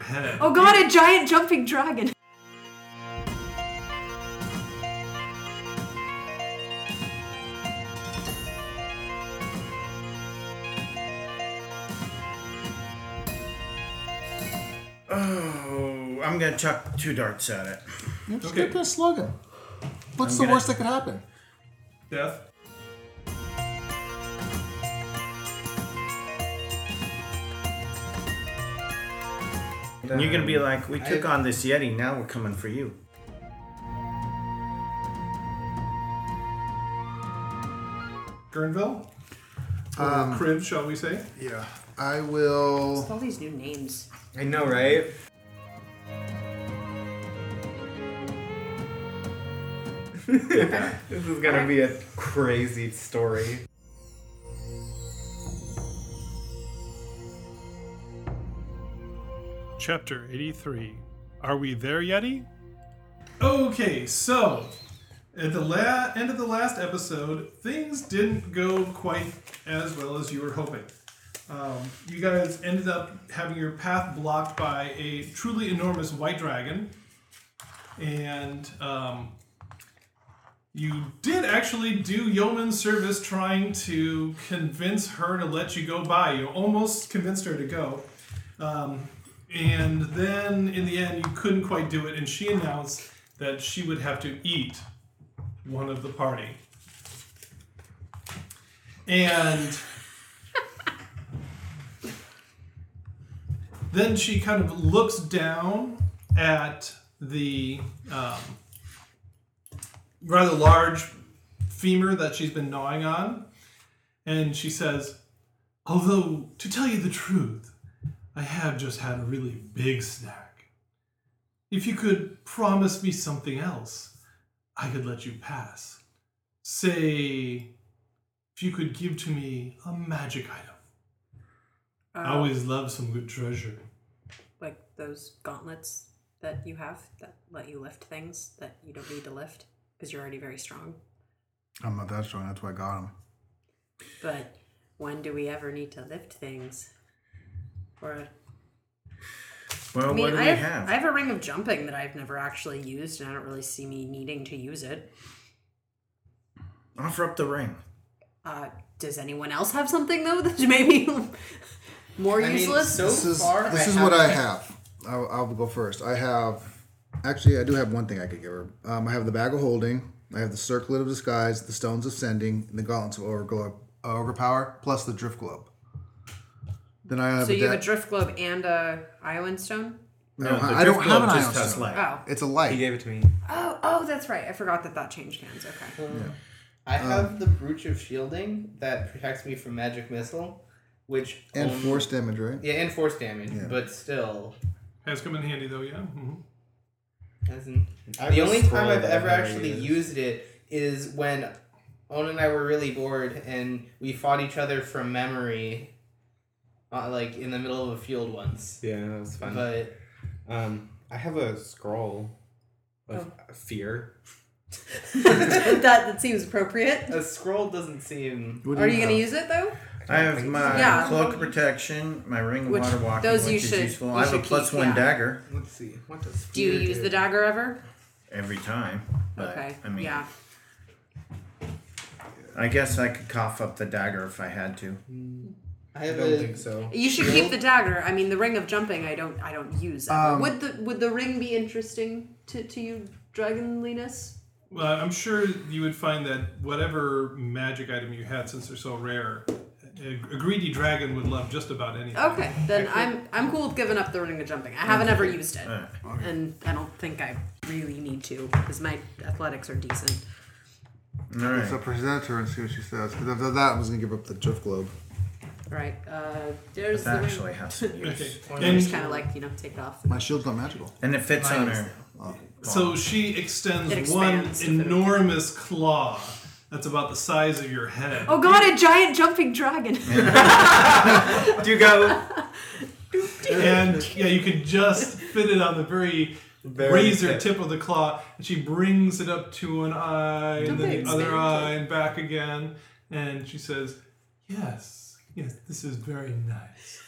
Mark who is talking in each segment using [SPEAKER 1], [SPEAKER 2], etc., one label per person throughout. [SPEAKER 1] head.
[SPEAKER 2] Oh god, a giant jumping dragon.
[SPEAKER 3] Oh, I'm gonna chuck two darts at it.
[SPEAKER 4] Yeah, Just
[SPEAKER 1] Okay.
[SPEAKER 4] get that slugging. What's
[SPEAKER 3] I'm
[SPEAKER 4] the
[SPEAKER 3] gonna-
[SPEAKER 4] worst that could happen?
[SPEAKER 1] Death.
[SPEAKER 3] And you're gonna be like, we took on this Yeti, now we're coming for you.
[SPEAKER 1] Gurnville? Or Crib, shall we say?
[SPEAKER 4] Yeah. I will.
[SPEAKER 2] All these new names.
[SPEAKER 3] I know, right?
[SPEAKER 5] This is gonna be a crazy story.
[SPEAKER 6] Chapter 83. Are we there, Yeti?
[SPEAKER 1] Okay, so at the la- end of the last episode, things didn't go quite as well as you were hoping. Um, you guys ended up having your path blocked by a truly enormous white dragon, and um, you did actually do yeoman service trying to convince her to let you go by. You almost convinced her to go. Um, and then in the end, you couldn't quite do it, and she announced that she would have to eat one of the party. And then she kind of looks down at the um, rather large femur that she's been gnawing on, and she says, Although, to tell you the truth, I have just had a really big snack. If you could promise me something else, I could let you pass. Say, if you could give to me a magic item. I always love some good treasure.
[SPEAKER 2] Like those gauntlets that you have that let you lift things that you don't need to lift because you're already very strong.
[SPEAKER 4] I'm not that strong. That's why I got him.
[SPEAKER 2] But when do we ever need to lift things? Or
[SPEAKER 3] Well,
[SPEAKER 2] I mean,
[SPEAKER 3] what do
[SPEAKER 2] I,
[SPEAKER 3] we
[SPEAKER 2] have,
[SPEAKER 3] have?
[SPEAKER 2] I have a ring of jumping that I've never actually used, and I don't really see me needing to use it.
[SPEAKER 3] Offer up the ring.
[SPEAKER 2] Uh, does anyone else have something though that's maybe more
[SPEAKER 5] I mean,
[SPEAKER 2] useless?
[SPEAKER 5] so
[SPEAKER 4] This is
[SPEAKER 5] far,
[SPEAKER 4] this
[SPEAKER 5] I
[SPEAKER 4] is what I
[SPEAKER 5] haven't-
[SPEAKER 4] have. I'll, I'll go first. I have actually I do have one thing I could give her. Um, I have the bag of holding. I have the circlet of disguise, the stones of sending, and the gauntlets of overglow, overpower, plus the drift globe. Then I have
[SPEAKER 2] So
[SPEAKER 4] a
[SPEAKER 2] you have
[SPEAKER 4] deck-
[SPEAKER 2] a drift globe and a island stone.
[SPEAKER 4] I don't,
[SPEAKER 3] No, the
[SPEAKER 4] I don't
[SPEAKER 3] drift globe
[SPEAKER 4] have an
[SPEAKER 3] just
[SPEAKER 4] iron
[SPEAKER 3] has
[SPEAKER 4] stone.
[SPEAKER 3] light.
[SPEAKER 2] Oh,
[SPEAKER 4] It's a
[SPEAKER 5] He
[SPEAKER 4] light.
[SPEAKER 5] gave it to me.
[SPEAKER 2] oh, oh, that's right. I forgot that that changed hands. Okay.
[SPEAKER 5] I
[SPEAKER 4] Um,
[SPEAKER 5] have the brooch of shielding that protects me from magic missile, which
[SPEAKER 4] And
[SPEAKER 5] only-
[SPEAKER 4] force damage, right?
[SPEAKER 5] yeah, and force damage, but still.
[SPEAKER 1] Has come in handy though, yeah. hmm
[SPEAKER 5] As in,
[SPEAKER 7] I
[SPEAKER 5] the
[SPEAKER 7] will
[SPEAKER 5] only time
[SPEAKER 7] scroll
[SPEAKER 5] I've
[SPEAKER 7] that
[SPEAKER 5] ever
[SPEAKER 7] I've never
[SPEAKER 5] actually
[SPEAKER 7] used.
[SPEAKER 5] used it is when Ona and I were really bored and we fought each other from memory, uh, like in the middle of a field once.
[SPEAKER 7] Yeah, that was fun.
[SPEAKER 5] But
[SPEAKER 7] um, I have a scroll of
[SPEAKER 5] Oh.
[SPEAKER 7] fear.
[SPEAKER 2] that that seems appropriate.
[SPEAKER 5] a scroll doesn't seem.
[SPEAKER 4] What do
[SPEAKER 2] Are you gonna
[SPEAKER 4] have?
[SPEAKER 2] use it though?
[SPEAKER 3] I have my
[SPEAKER 2] Yeah.
[SPEAKER 3] cloak of protection, my ring of
[SPEAKER 2] Which-
[SPEAKER 3] water walking,
[SPEAKER 2] those you
[SPEAKER 3] which is
[SPEAKER 2] should-
[SPEAKER 3] useful.
[SPEAKER 2] you
[SPEAKER 3] I have a
[SPEAKER 2] should
[SPEAKER 3] plus
[SPEAKER 2] keep,
[SPEAKER 3] one
[SPEAKER 2] yeah.
[SPEAKER 3] dagger
[SPEAKER 5] Let's see. What does
[SPEAKER 2] Do you
[SPEAKER 5] fear
[SPEAKER 2] use the dagger ever?
[SPEAKER 3] every time. But
[SPEAKER 2] okay.
[SPEAKER 3] I mean,
[SPEAKER 2] yeah.
[SPEAKER 3] I guess I could cough up the dagger if I had to.
[SPEAKER 5] I have
[SPEAKER 7] I don't
[SPEAKER 5] a
[SPEAKER 7] think so.
[SPEAKER 2] You should keep the dagger. I mean, the ring of jumping. I don't. I don't use. ever.
[SPEAKER 4] Um,
[SPEAKER 2] would the Would the ring be interesting to to you, Dragonlinus?
[SPEAKER 1] Well, I'm sure you would find that whatever magic item you had, since they're so rare, a a greedy dragon would love just about anything.
[SPEAKER 2] Okay, then I'm I'm cool with giving up the ring of jumping. I haven't ever used it,
[SPEAKER 3] Alright.
[SPEAKER 2] and I don't think I really need to because my athletics are decent.
[SPEAKER 3] All right.
[SPEAKER 4] So present her and see what she says. Because after that, I was gonna give up the drift globe.
[SPEAKER 2] All right. Uh, there's
[SPEAKER 3] That
[SPEAKER 2] the ring.
[SPEAKER 3] actually has some
[SPEAKER 1] Okay.
[SPEAKER 3] use.
[SPEAKER 2] I
[SPEAKER 1] And
[SPEAKER 2] just kind of like you know take it off.
[SPEAKER 4] My shield's not magical.
[SPEAKER 3] And it fits on her.
[SPEAKER 1] So she extends
[SPEAKER 2] It
[SPEAKER 1] one
[SPEAKER 2] expands if it-
[SPEAKER 1] enormous claw that's about the size of your head.
[SPEAKER 2] Oh god, a giant jumping dragon.
[SPEAKER 5] Do you go
[SPEAKER 1] And yeah, you could just fit it on the very, razor tip. of the claw. And she brings it up to an eye and
[SPEAKER 2] Don't
[SPEAKER 1] then
[SPEAKER 2] they
[SPEAKER 1] the other
[SPEAKER 2] expand
[SPEAKER 1] eye and back again. And she says, Yes, Yes, this is very nice.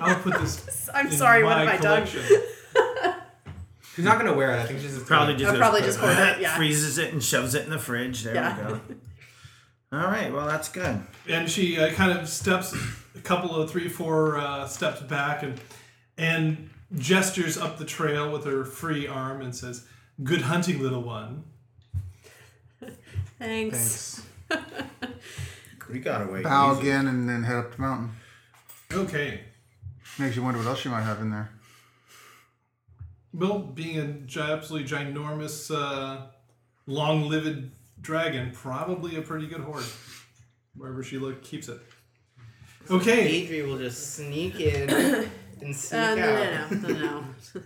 [SPEAKER 1] I'll put this.
[SPEAKER 8] I'm
[SPEAKER 1] in
[SPEAKER 8] sorry, what
[SPEAKER 1] my
[SPEAKER 8] have I done?
[SPEAKER 1] collection.
[SPEAKER 7] She's not gonna wear it. I think she's just
[SPEAKER 3] Probably just
[SPEAKER 8] I'll probably just hold it. Yeah.
[SPEAKER 3] freezes it and shoves it in the fridge. There
[SPEAKER 8] Yeah.
[SPEAKER 3] we go. All right. Well, that's good.
[SPEAKER 1] and she uh, kind of steps a couple of three, four uh, steps back and and gestures up the trail with her free arm and says, "Good hunting, little one."
[SPEAKER 2] Thanks.
[SPEAKER 4] Thanks.
[SPEAKER 3] We got away.
[SPEAKER 4] Bow
[SPEAKER 3] easy.
[SPEAKER 4] again and then head up the mountain.
[SPEAKER 1] Okay.
[SPEAKER 4] Makes you wonder what else she might have in there.
[SPEAKER 1] Well, being a gi- absolutely ginormous, uh, long-lived dragon, probably a pretty good hoard. Wherever she look, keeps it. Okay.
[SPEAKER 5] Adri will just sneak in and sneak
[SPEAKER 2] Uh,
[SPEAKER 5] out.
[SPEAKER 2] no, no, no, no, no.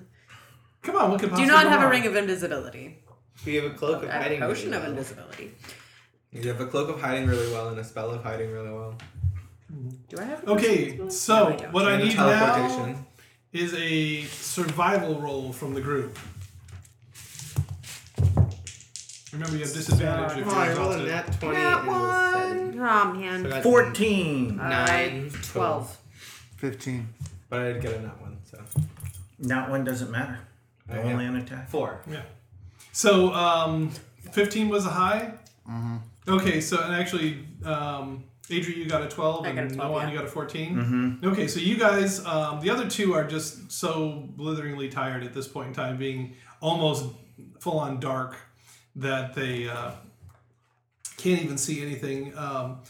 [SPEAKER 1] Come on, what could
[SPEAKER 2] Do
[SPEAKER 1] possibly
[SPEAKER 2] not
[SPEAKER 1] go
[SPEAKER 2] have a
[SPEAKER 1] wrong?
[SPEAKER 2] ring of invisibility.
[SPEAKER 5] We have a cloak of
[SPEAKER 2] I have a
[SPEAKER 5] hiding. really
[SPEAKER 2] potion of
[SPEAKER 5] well.
[SPEAKER 2] invisibility.
[SPEAKER 7] You have a cloak of hiding really well and a spell of hiding really well.
[SPEAKER 2] Do I have? a potion of
[SPEAKER 1] Okay,
[SPEAKER 2] invisibility?
[SPEAKER 1] so
[SPEAKER 2] No, I don't.
[SPEAKER 1] what I
[SPEAKER 7] And
[SPEAKER 1] need now
[SPEAKER 7] teleportation.
[SPEAKER 1] is a survival roll from the group. Remember, you have disadvantage if
[SPEAKER 5] Oh,
[SPEAKER 1] you're
[SPEAKER 5] I rolled a
[SPEAKER 1] exhausted.
[SPEAKER 5] nat 20
[SPEAKER 2] That
[SPEAKER 5] and a
[SPEAKER 2] Oh
[SPEAKER 5] seven. So I
[SPEAKER 2] man.
[SPEAKER 5] got
[SPEAKER 3] Fourteen.
[SPEAKER 5] Nine.
[SPEAKER 2] Uh, Twelve.
[SPEAKER 4] 15.
[SPEAKER 7] But I did get a nat one, so.
[SPEAKER 3] Not one doesn't matter.
[SPEAKER 7] Oh, yeah.
[SPEAKER 3] Only an attack.
[SPEAKER 7] Four.
[SPEAKER 1] Yeah. So, um, 15 was a high? Mm-hmm. Okay, so, and actually, um, Adri, you got a 12,
[SPEAKER 2] I got a
[SPEAKER 1] and
[SPEAKER 2] 12,
[SPEAKER 1] Noan,
[SPEAKER 2] yeah.
[SPEAKER 1] you got a 14. Mm-hmm. Okay, so you guys, um, the other two are just so blitheringly tired at this point in time, being almost full on dark, that they uh, can't even see anything. Um,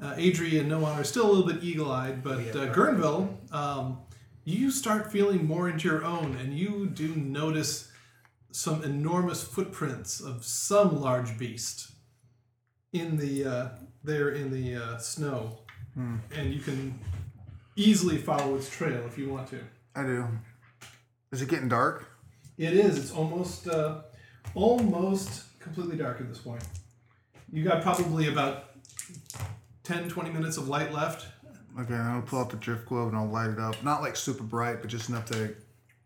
[SPEAKER 1] uh, Adri and Noan are still a little bit eagle eyed, but uh, Gurnville, um, you start feeling more into your own, and you do notice some enormous footprints of some large beast in the uh, there in the uh, snow,
[SPEAKER 4] Hmm.
[SPEAKER 1] and you can easily follow its trail if you want to.
[SPEAKER 4] I do. Is it getting dark?
[SPEAKER 1] It is. It's almost uh, almost completely dark at this point. You got probably about 10, 20 minutes of light left.
[SPEAKER 4] Okay, then I'll pull out the drift globe and I'll light it up. Not like super bright, but just enough that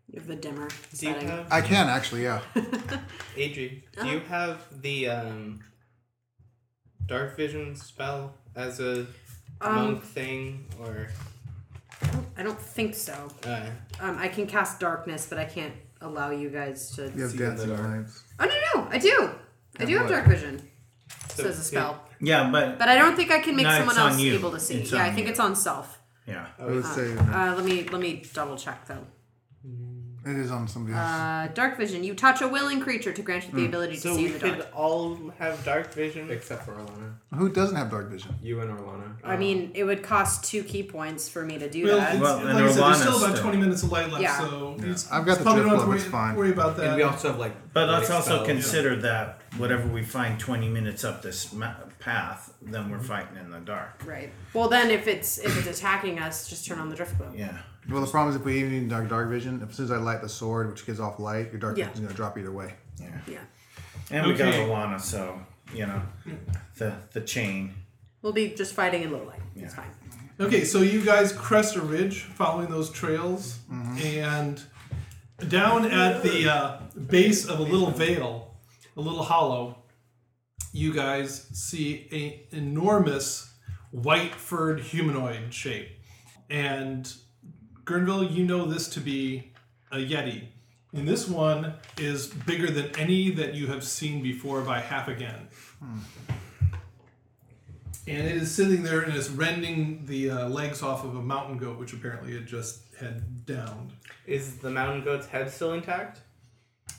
[SPEAKER 2] You have the dimmer
[SPEAKER 5] Do you
[SPEAKER 2] setting.
[SPEAKER 5] have,
[SPEAKER 7] Mm-hmm.
[SPEAKER 4] I, I can actually, yeah.
[SPEAKER 5] Adri, do
[SPEAKER 2] Uh-huh.
[SPEAKER 5] you have the um, dark vision spell as a
[SPEAKER 2] Um,
[SPEAKER 5] monk thing? Or.
[SPEAKER 2] I don't think so.
[SPEAKER 5] Uh,
[SPEAKER 2] Um, I can cast darkness, but I can't allow you guys to.
[SPEAKER 4] You have
[SPEAKER 7] See in
[SPEAKER 4] dancing
[SPEAKER 7] the dark.
[SPEAKER 4] lights.
[SPEAKER 2] Oh no, no, I do. I
[SPEAKER 4] Have
[SPEAKER 2] do have
[SPEAKER 4] what?
[SPEAKER 2] dark vision.
[SPEAKER 5] so
[SPEAKER 2] Says a spell,
[SPEAKER 3] Yeah, but
[SPEAKER 2] but I don't think I can make
[SPEAKER 3] No, it's
[SPEAKER 2] someone
[SPEAKER 3] on
[SPEAKER 2] else
[SPEAKER 3] you.
[SPEAKER 2] able to see.
[SPEAKER 3] It's
[SPEAKER 2] yeah,
[SPEAKER 3] on
[SPEAKER 2] I think
[SPEAKER 3] you.
[SPEAKER 2] it's on self.
[SPEAKER 3] yeah.
[SPEAKER 4] I would say
[SPEAKER 2] Uh, let me let me double check though.
[SPEAKER 4] it is on somebody else.
[SPEAKER 2] Uh, dark vision. You touch a willing creature to grant you
[SPEAKER 3] Hmm.
[SPEAKER 2] the ability to
[SPEAKER 5] So
[SPEAKER 2] see
[SPEAKER 5] we
[SPEAKER 2] in the
[SPEAKER 5] could
[SPEAKER 2] dark.
[SPEAKER 5] all have dark vision.
[SPEAKER 7] Except for Orlana.
[SPEAKER 4] Who doesn't have dark vision?
[SPEAKER 7] You and Orlana. Um,
[SPEAKER 2] I mean, it would cost two key points for me to do
[SPEAKER 1] Well,
[SPEAKER 2] that.
[SPEAKER 1] it's,
[SPEAKER 3] Well, and
[SPEAKER 1] like I said, there's
[SPEAKER 3] Orlana's
[SPEAKER 1] still about
[SPEAKER 3] still-
[SPEAKER 1] 20 minutes of light left,
[SPEAKER 2] Yeah.
[SPEAKER 1] so it's,
[SPEAKER 4] I've got the
[SPEAKER 1] probably
[SPEAKER 4] drift
[SPEAKER 1] don't have to
[SPEAKER 4] globe,
[SPEAKER 1] worry,
[SPEAKER 4] it's fine.
[SPEAKER 1] worry about that.
[SPEAKER 7] and we
[SPEAKER 5] uh,
[SPEAKER 7] also have like.
[SPEAKER 3] But let's
[SPEAKER 7] light
[SPEAKER 3] also
[SPEAKER 7] spells.
[SPEAKER 3] consider that whatever we find 20 minutes up this ma- path, then we're fighting in the dark.
[SPEAKER 2] Right. Well, then if it's if it's attacking us, just turn on the drift globe.
[SPEAKER 3] Yeah.
[SPEAKER 4] Well, the problem is if we even need dark, dark vision, as soon as I light the sword, which gives off light, your dark
[SPEAKER 2] Yeah.
[SPEAKER 4] vision's going to drop either way.
[SPEAKER 2] Yeah.
[SPEAKER 3] And we got
[SPEAKER 1] Okay.
[SPEAKER 3] Alana, so, you know, the, the chain.
[SPEAKER 2] We'll be just fighting in low light. It's
[SPEAKER 3] Yeah.
[SPEAKER 2] fine.
[SPEAKER 1] Okay, so you guys crest a ridge following those trails, and down at the uh, base of a little vale, a little hollow, you guys see an enormous white furred humanoid shape. And Gurnville, you know this to be a Yeti. And this one is bigger than any that you have seen before by half again and it is sitting there and it's rending the uh, legs off of a mountain goat, which apparently it just had downed.
[SPEAKER 5] Is the mountain goat's head still intact?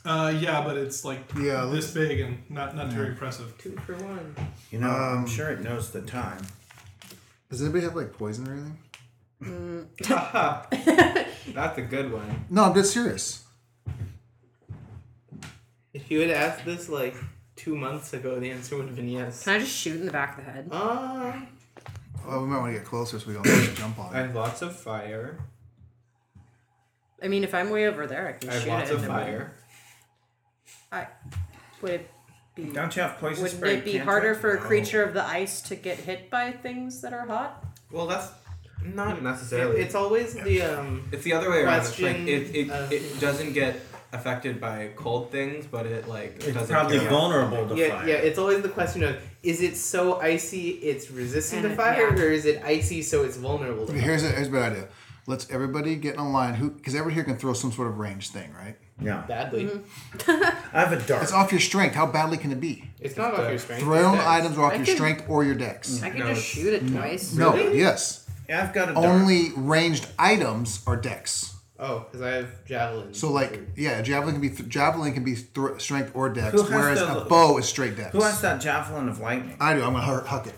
[SPEAKER 1] Uh, yeah, but it's like
[SPEAKER 4] Yeah,
[SPEAKER 1] this big and not not very impressive.
[SPEAKER 5] Two for one.
[SPEAKER 3] You know, I'm
[SPEAKER 4] Um,
[SPEAKER 3] sure it knows the time.
[SPEAKER 4] Does anybody have like poison or anything?
[SPEAKER 7] That's a good one.
[SPEAKER 4] No, I'm just serious.
[SPEAKER 5] If you had asked this like two months ago, the answer would have been yes.
[SPEAKER 2] Can I just shoot in the back of the head?
[SPEAKER 5] Uh,
[SPEAKER 4] Well, we might want to get closer so we don't have to jump on
[SPEAKER 7] I
[SPEAKER 4] it.
[SPEAKER 7] have lots of fire.
[SPEAKER 2] I mean, if I'm way over there, I can
[SPEAKER 7] I have
[SPEAKER 2] shoot
[SPEAKER 7] lots
[SPEAKER 2] it.
[SPEAKER 7] of
[SPEAKER 2] and then-
[SPEAKER 7] fire.
[SPEAKER 2] I would it be
[SPEAKER 3] Don't you have poison
[SPEAKER 2] wouldn't
[SPEAKER 3] spray?
[SPEAKER 2] it be
[SPEAKER 3] cantrip?
[SPEAKER 2] harder for a
[SPEAKER 3] No.
[SPEAKER 2] creature of the ice to get hit by things that are hot?
[SPEAKER 7] Well, that's not
[SPEAKER 5] it-
[SPEAKER 7] necessarily.
[SPEAKER 5] it's always the um.
[SPEAKER 7] It's the other way around. It's like
[SPEAKER 5] Question
[SPEAKER 7] it, it,
[SPEAKER 5] of-
[SPEAKER 7] it doesn't get affected by cold things, but it like it
[SPEAKER 3] It's
[SPEAKER 7] doesn't
[SPEAKER 3] probably
[SPEAKER 7] care.
[SPEAKER 3] vulnerable to
[SPEAKER 5] Yeah,
[SPEAKER 3] fire.
[SPEAKER 5] yeah. It's always the question of is it so icy it's resistant
[SPEAKER 2] And
[SPEAKER 5] to
[SPEAKER 2] it-
[SPEAKER 5] fire,
[SPEAKER 2] yeah.
[SPEAKER 5] or is it icy so it's vulnerable? To
[SPEAKER 4] Okay,
[SPEAKER 5] fire?
[SPEAKER 4] here's a, here's a bad idea. Let's everybody get in a line. Who? Because everybody here can throw some sort of range thing, right?
[SPEAKER 3] Yeah.
[SPEAKER 5] Badly.
[SPEAKER 2] Mm-hmm.
[SPEAKER 3] I have a dart.
[SPEAKER 4] It's off your strength. How badly can it be?
[SPEAKER 5] It's not off your strength.
[SPEAKER 4] Thrown
[SPEAKER 5] it's dex.
[SPEAKER 4] items are off
[SPEAKER 2] I
[SPEAKER 4] your
[SPEAKER 2] can- Mm.
[SPEAKER 4] strength or your dex.
[SPEAKER 2] I could
[SPEAKER 7] No,
[SPEAKER 2] just
[SPEAKER 7] it's-
[SPEAKER 2] shoot it twice.
[SPEAKER 4] No.
[SPEAKER 5] Really?
[SPEAKER 4] Yes.
[SPEAKER 3] I've got a dart.
[SPEAKER 4] Only ranged items are dex.
[SPEAKER 5] Oh, because I have javelin.
[SPEAKER 4] So like, yeah, javelin can be th- javelin can be th- strength or dex,
[SPEAKER 3] Who has
[SPEAKER 4] whereas
[SPEAKER 3] the-
[SPEAKER 4] a bow is straight dex.
[SPEAKER 3] Who has that javelin of lightning?
[SPEAKER 4] I do. I'm gonna hu- huck it.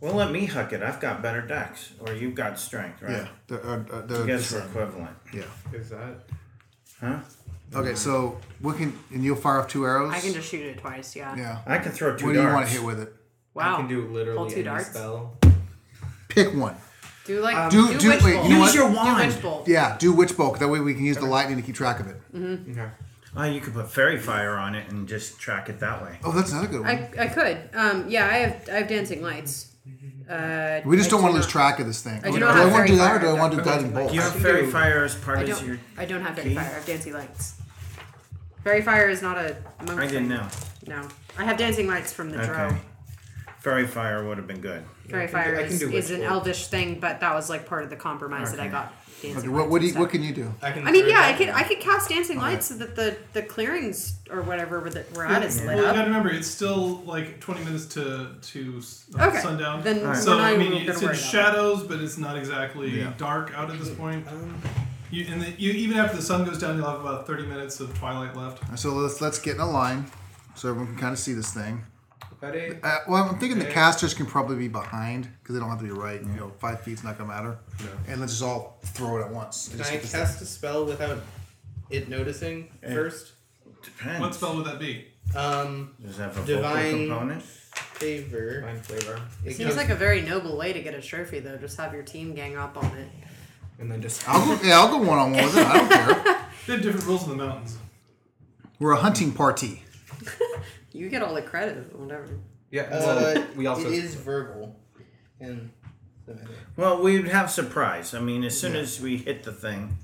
[SPEAKER 3] Well, let me huck it. I've got better dex, or you've got strength, right?
[SPEAKER 4] Yeah. They're, uh, uh, they're
[SPEAKER 3] You guys
[SPEAKER 4] the
[SPEAKER 3] are
[SPEAKER 4] same.
[SPEAKER 3] equivalent,
[SPEAKER 4] Yeah.
[SPEAKER 5] is that?
[SPEAKER 3] huh?
[SPEAKER 4] Okay. So what can and you'll fire off two arrows.
[SPEAKER 2] I can just shoot it twice, yeah.
[SPEAKER 4] Yeah.
[SPEAKER 3] I can throw two
[SPEAKER 4] What do
[SPEAKER 3] darts.
[SPEAKER 4] you want to hit with it?
[SPEAKER 2] Wow.
[SPEAKER 7] You can do
[SPEAKER 2] Pull
[SPEAKER 7] literally
[SPEAKER 2] two
[SPEAKER 7] any
[SPEAKER 2] darts.
[SPEAKER 7] spell.
[SPEAKER 4] Pick one.
[SPEAKER 2] Do like
[SPEAKER 4] do-
[SPEAKER 2] do,
[SPEAKER 4] do-
[SPEAKER 2] witch
[SPEAKER 4] wait,
[SPEAKER 2] bolt.
[SPEAKER 4] you know what?
[SPEAKER 3] Use your
[SPEAKER 2] Do
[SPEAKER 3] wand.
[SPEAKER 2] witch bolt.
[SPEAKER 4] Yeah. Do witch bolt. 'cause That way we can use the lightning to keep track of it.
[SPEAKER 7] Okay.
[SPEAKER 3] Oh, you could put fairy fire on it and just track it that way.
[SPEAKER 4] Oh, that's another good one.
[SPEAKER 2] I, I could. Um, yeah, I have I have dancing lights. Uh,
[SPEAKER 4] we just
[SPEAKER 2] I
[SPEAKER 4] don't
[SPEAKER 2] do
[SPEAKER 4] want to lose
[SPEAKER 2] not-
[SPEAKER 4] track of this thing.
[SPEAKER 2] I do
[SPEAKER 4] do
[SPEAKER 2] not
[SPEAKER 4] I
[SPEAKER 2] have
[SPEAKER 4] want to
[SPEAKER 2] fairy
[SPEAKER 4] do that, or
[SPEAKER 2] fire.
[SPEAKER 4] do Oh, I want to do
[SPEAKER 2] Okay.
[SPEAKER 4] guiding bolt?
[SPEAKER 3] You have fairy fire as part
[SPEAKER 2] I
[SPEAKER 3] of
[SPEAKER 2] don't.
[SPEAKER 3] your.
[SPEAKER 2] I don't have fairy
[SPEAKER 3] key?
[SPEAKER 2] fire. I have dancing lights. Fairy fire is not a. monk
[SPEAKER 3] I didn't
[SPEAKER 2] thing.
[SPEAKER 3] know.
[SPEAKER 2] No, I have dancing lights from the
[SPEAKER 3] Okay.
[SPEAKER 2] drow.
[SPEAKER 3] Fairy fire would have been good.
[SPEAKER 2] Fairy
[SPEAKER 7] can do-
[SPEAKER 2] fire
[SPEAKER 7] I can
[SPEAKER 2] is,
[SPEAKER 7] do witch
[SPEAKER 2] is an
[SPEAKER 7] bolt.
[SPEAKER 2] elvish thing, but that was like part of the compromise that I
[SPEAKER 3] Okay.
[SPEAKER 2] got. Dancing
[SPEAKER 4] Okay,
[SPEAKER 2] lights
[SPEAKER 4] what, what,
[SPEAKER 2] and
[SPEAKER 4] do you, what
[SPEAKER 2] stuff.
[SPEAKER 4] can you do?
[SPEAKER 5] I can.
[SPEAKER 2] I mean,
[SPEAKER 5] throw
[SPEAKER 2] yeah, I
[SPEAKER 5] javelin.
[SPEAKER 2] could I could cast dancing lights so that the the clearings or whatever that we're at is lit
[SPEAKER 1] Well, you
[SPEAKER 2] up.
[SPEAKER 1] gotta remember, it's still like 20 minutes to to uh,
[SPEAKER 2] Okay,
[SPEAKER 1] sundown.
[SPEAKER 2] then Alright.
[SPEAKER 1] So
[SPEAKER 2] we're not
[SPEAKER 1] I
[SPEAKER 2] even
[SPEAKER 1] mean,
[SPEAKER 2] gonna
[SPEAKER 1] it's
[SPEAKER 2] worry
[SPEAKER 1] in
[SPEAKER 2] about it.
[SPEAKER 1] shadows, but it's not exactly
[SPEAKER 4] Yeah.
[SPEAKER 1] dark out at this point.
[SPEAKER 2] um,
[SPEAKER 1] You, and the, you even after the sun goes down, you'll have about 30 minutes of twilight left.
[SPEAKER 4] So let's let's get in a line, so everyone can kind of see this thing.
[SPEAKER 7] Ready?
[SPEAKER 4] Uh, well, I'm thinking the casters can probably be behind because they don't have to be right. You know, five feet's not gonna matter. And let's just all throw it at once.
[SPEAKER 5] Can I cast a spell without it noticing
[SPEAKER 3] Yeah.
[SPEAKER 5] first?
[SPEAKER 3] Depends.
[SPEAKER 1] What spell would that be?
[SPEAKER 5] Um,
[SPEAKER 3] Does it have a
[SPEAKER 5] Divine-
[SPEAKER 3] vocal component?
[SPEAKER 5] favor.
[SPEAKER 7] Mind flavor.
[SPEAKER 5] It
[SPEAKER 2] Seems
[SPEAKER 5] gives-
[SPEAKER 2] like a very noble way to get a trophy, though. Just have your team gang up on it.
[SPEAKER 7] And then just
[SPEAKER 4] will go, yeah, I'll go one on one with it. I don't care.
[SPEAKER 1] They have different rules in the mountains.
[SPEAKER 4] We're a hunting party.
[SPEAKER 2] You get all the credit, whatever.
[SPEAKER 7] yeah. Well,
[SPEAKER 5] Uh,
[SPEAKER 7] we also
[SPEAKER 5] it is verbal, and so-
[SPEAKER 3] Well, we'd have surprise. I mean, as soon as we hit the thing,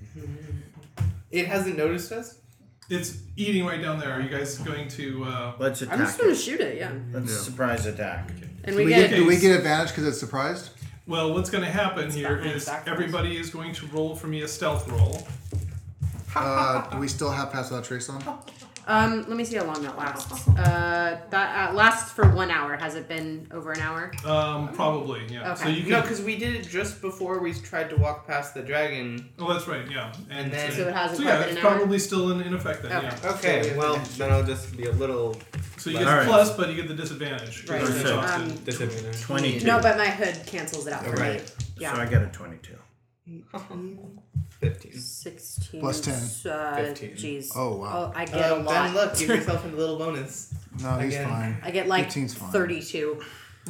[SPEAKER 5] it hasn't noticed us.
[SPEAKER 1] It's eating right down there. Are you guys going to. Uh,
[SPEAKER 3] let's
[SPEAKER 2] I'm just
[SPEAKER 3] attack.
[SPEAKER 2] gonna
[SPEAKER 3] It.
[SPEAKER 2] shoot it, yeah.
[SPEAKER 3] Let's surprise attack.
[SPEAKER 2] And
[SPEAKER 4] Do
[SPEAKER 2] we
[SPEAKER 4] we
[SPEAKER 2] get,
[SPEAKER 4] get, do we
[SPEAKER 1] Yes.
[SPEAKER 4] get advantage because it's surprised?
[SPEAKER 1] well, what's going to happen here
[SPEAKER 2] behind
[SPEAKER 1] is
[SPEAKER 2] backwards.
[SPEAKER 1] everybody is going to roll for me a stealth roll.
[SPEAKER 4] Uh, do we still have pass without trace on?
[SPEAKER 2] um. Let me see how long that lasts. Uh, that uh, lasts for one hour. Has it been over an hour?
[SPEAKER 1] Um, probably, yeah. So
[SPEAKER 2] Okay.
[SPEAKER 1] you can.
[SPEAKER 5] No, because we did it just before we tried to walk past the dragon.
[SPEAKER 1] oh, that's right, yeah. uh,
[SPEAKER 5] And then-
[SPEAKER 2] So it hasn't
[SPEAKER 1] so
[SPEAKER 2] quite
[SPEAKER 1] yeah,
[SPEAKER 2] been
[SPEAKER 1] it's
[SPEAKER 2] an hour?
[SPEAKER 1] probably still in, in effect then,
[SPEAKER 2] Okay.
[SPEAKER 1] yeah.
[SPEAKER 7] okay. Well, then I'll just be a little
[SPEAKER 1] So you get
[SPEAKER 3] All
[SPEAKER 1] the
[SPEAKER 3] right.
[SPEAKER 1] plus, but you get the disadvantage. 'cause
[SPEAKER 2] Right.
[SPEAKER 1] you're
[SPEAKER 3] Perfect.
[SPEAKER 1] exhausted.
[SPEAKER 2] Um,
[SPEAKER 7] disadvantaged.
[SPEAKER 3] Twenty-two.
[SPEAKER 2] No, but my hood cancels it out for me.
[SPEAKER 5] Right.
[SPEAKER 2] Yeah.
[SPEAKER 3] So I got a twenty-two.
[SPEAKER 7] Fifteen.
[SPEAKER 2] Sixteen.
[SPEAKER 4] Plus 10.
[SPEAKER 2] Uh,
[SPEAKER 7] Fifteen.
[SPEAKER 2] Jeez.
[SPEAKER 4] Oh, wow.
[SPEAKER 2] Oh, I get
[SPEAKER 5] Uh,
[SPEAKER 2] a
[SPEAKER 5] ben,
[SPEAKER 2] lot.
[SPEAKER 5] look, give yourself a little bonus.
[SPEAKER 4] No, he's
[SPEAKER 5] Again.
[SPEAKER 4] fine.
[SPEAKER 2] I get like
[SPEAKER 4] 15's fine.
[SPEAKER 2] thirty-two.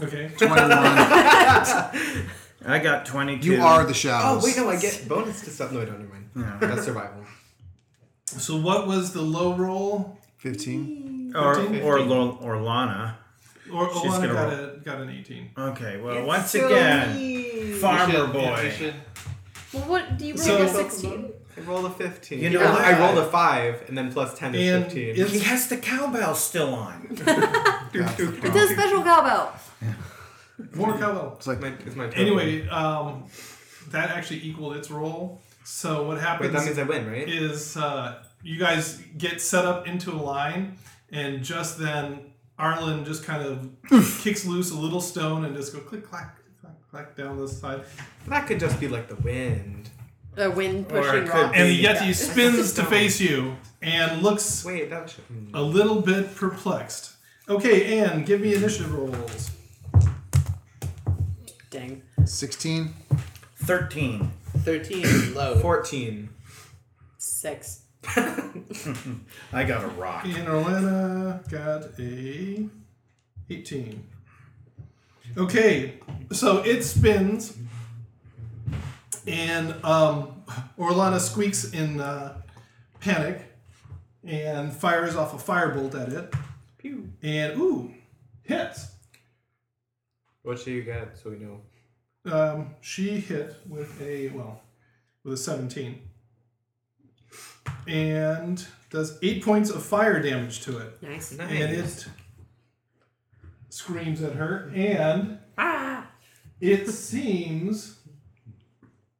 [SPEAKER 1] Okay.
[SPEAKER 4] 21.
[SPEAKER 3] I got twenty-two.
[SPEAKER 4] you are the
[SPEAKER 7] Oh
[SPEAKER 4] shadows.
[SPEAKER 7] wait, no, I get bonus to stuff. No, I don't. Never mind.
[SPEAKER 3] No.
[SPEAKER 7] That's survival.
[SPEAKER 1] So what was the low roll?
[SPEAKER 4] 15.
[SPEAKER 3] or
[SPEAKER 1] 15.
[SPEAKER 3] or, Lo- or Lana.
[SPEAKER 1] Or
[SPEAKER 3] She's
[SPEAKER 1] Alana
[SPEAKER 3] gonna
[SPEAKER 1] got a, got an eighteen.
[SPEAKER 3] Okay, well,
[SPEAKER 5] It's
[SPEAKER 3] once
[SPEAKER 5] so
[SPEAKER 3] again,
[SPEAKER 5] mean.
[SPEAKER 3] farmer
[SPEAKER 5] We should- yeah, we
[SPEAKER 3] boy.
[SPEAKER 5] should-
[SPEAKER 2] Well, what do you roll
[SPEAKER 1] So-
[SPEAKER 2] a sixteen?
[SPEAKER 7] I rolled a fifteen.
[SPEAKER 3] You know
[SPEAKER 7] I-
[SPEAKER 3] what?
[SPEAKER 7] I rolled a five, and then plus ten is
[SPEAKER 1] And
[SPEAKER 7] fifteen.
[SPEAKER 1] it's-
[SPEAKER 3] he has the cowbell still on.
[SPEAKER 4] That's the
[SPEAKER 2] It
[SPEAKER 4] problem.
[SPEAKER 2] does special cowbell.
[SPEAKER 1] More cowbell.
[SPEAKER 4] It's like,
[SPEAKER 7] my, it's my total.
[SPEAKER 1] Anyway, um, that actually equaled its roll. So what
[SPEAKER 7] wait,
[SPEAKER 1] happens
[SPEAKER 7] that means I win, right?
[SPEAKER 1] is uh, you guys get set up into a line, and just then Arlen just kind of kicks loose a little stone and just go click clack clack clack down the side,
[SPEAKER 7] that could just be like the wind.
[SPEAKER 2] A wind
[SPEAKER 3] Or it
[SPEAKER 2] pushing
[SPEAKER 3] could
[SPEAKER 2] rock.
[SPEAKER 1] and the
[SPEAKER 3] Yeah.
[SPEAKER 1] Yeti spins to face you and looks
[SPEAKER 7] Wait, that should. hmm.
[SPEAKER 1] a little bit perplexed. Okay, Anne, give me initiative rolls.
[SPEAKER 2] Dang.
[SPEAKER 4] 16.
[SPEAKER 3] Thirteen.
[SPEAKER 5] Thirteen is low.
[SPEAKER 7] Fourteen.
[SPEAKER 2] Six.
[SPEAKER 3] I got a rock.
[SPEAKER 1] And Orlana got a 18. Okay, so it spins, and um, Orlana squeaks in uh, panic and fires off a firebolt at it.
[SPEAKER 7] Pew.
[SPEAKER 1] And ooh, hits.
[SPEAKER 7] What should you get so we know?
[SPEAKER 1] Um, she hit with a well, with a 17. and does eight points of fire damage to it.
[SPEAKER 2] Nice.
[SPEAKER 1] And it screams at her, and
[SPEAKER 2] Ah!
[SPEAKER 1] it seems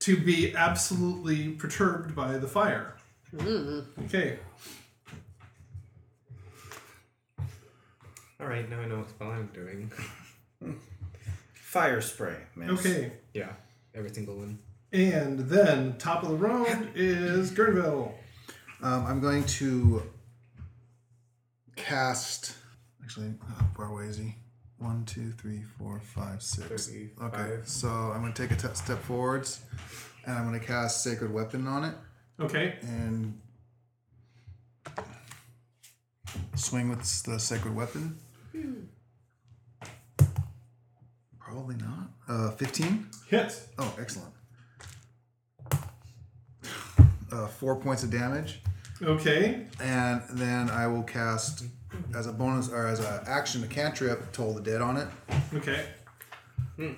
[SPEAKER 1] to be absolutely perturbed by the fire. Okay.
[SPEAKER 7] All right, now I know what spell I'm doing.
[SPEAKER 3] Fire spray, man.
[SPEAKER 1] Okay.
[SPEAKER 7] Yeah, every single one.
[SPEAKER 1] And then top of the round is Gurnville.
[SPEAKER 4] Um, I'm going to cast. Actually, uh, where was he? One, two, three, four, five, six.
[SPEAKER 7] Thirty,
[SPEAKER 4] Okay,
[SPEAKER 7] five.
[SPEAKER 4] so I'm going to take a te- step forwards, and I'm going to cast Sacred Weapon on it
[SPEAKER 1] Okay.
[SPEAKER 4] and swing with s- the Sacred Weapon. Hmm. Probably not. Uh, 15.
[SPEAKER 1] Hit.
[SPEAKER 4] Oh, excellent. Uh, four points of damage,
[SPEAKER 1] Okay.
[SPEAKER 4] and then I will cast as a bonus or as an action a cantrip, Toll the Dead on it.
[SPEAKER 1] Okay.
[SPEAKER 4] Hmm.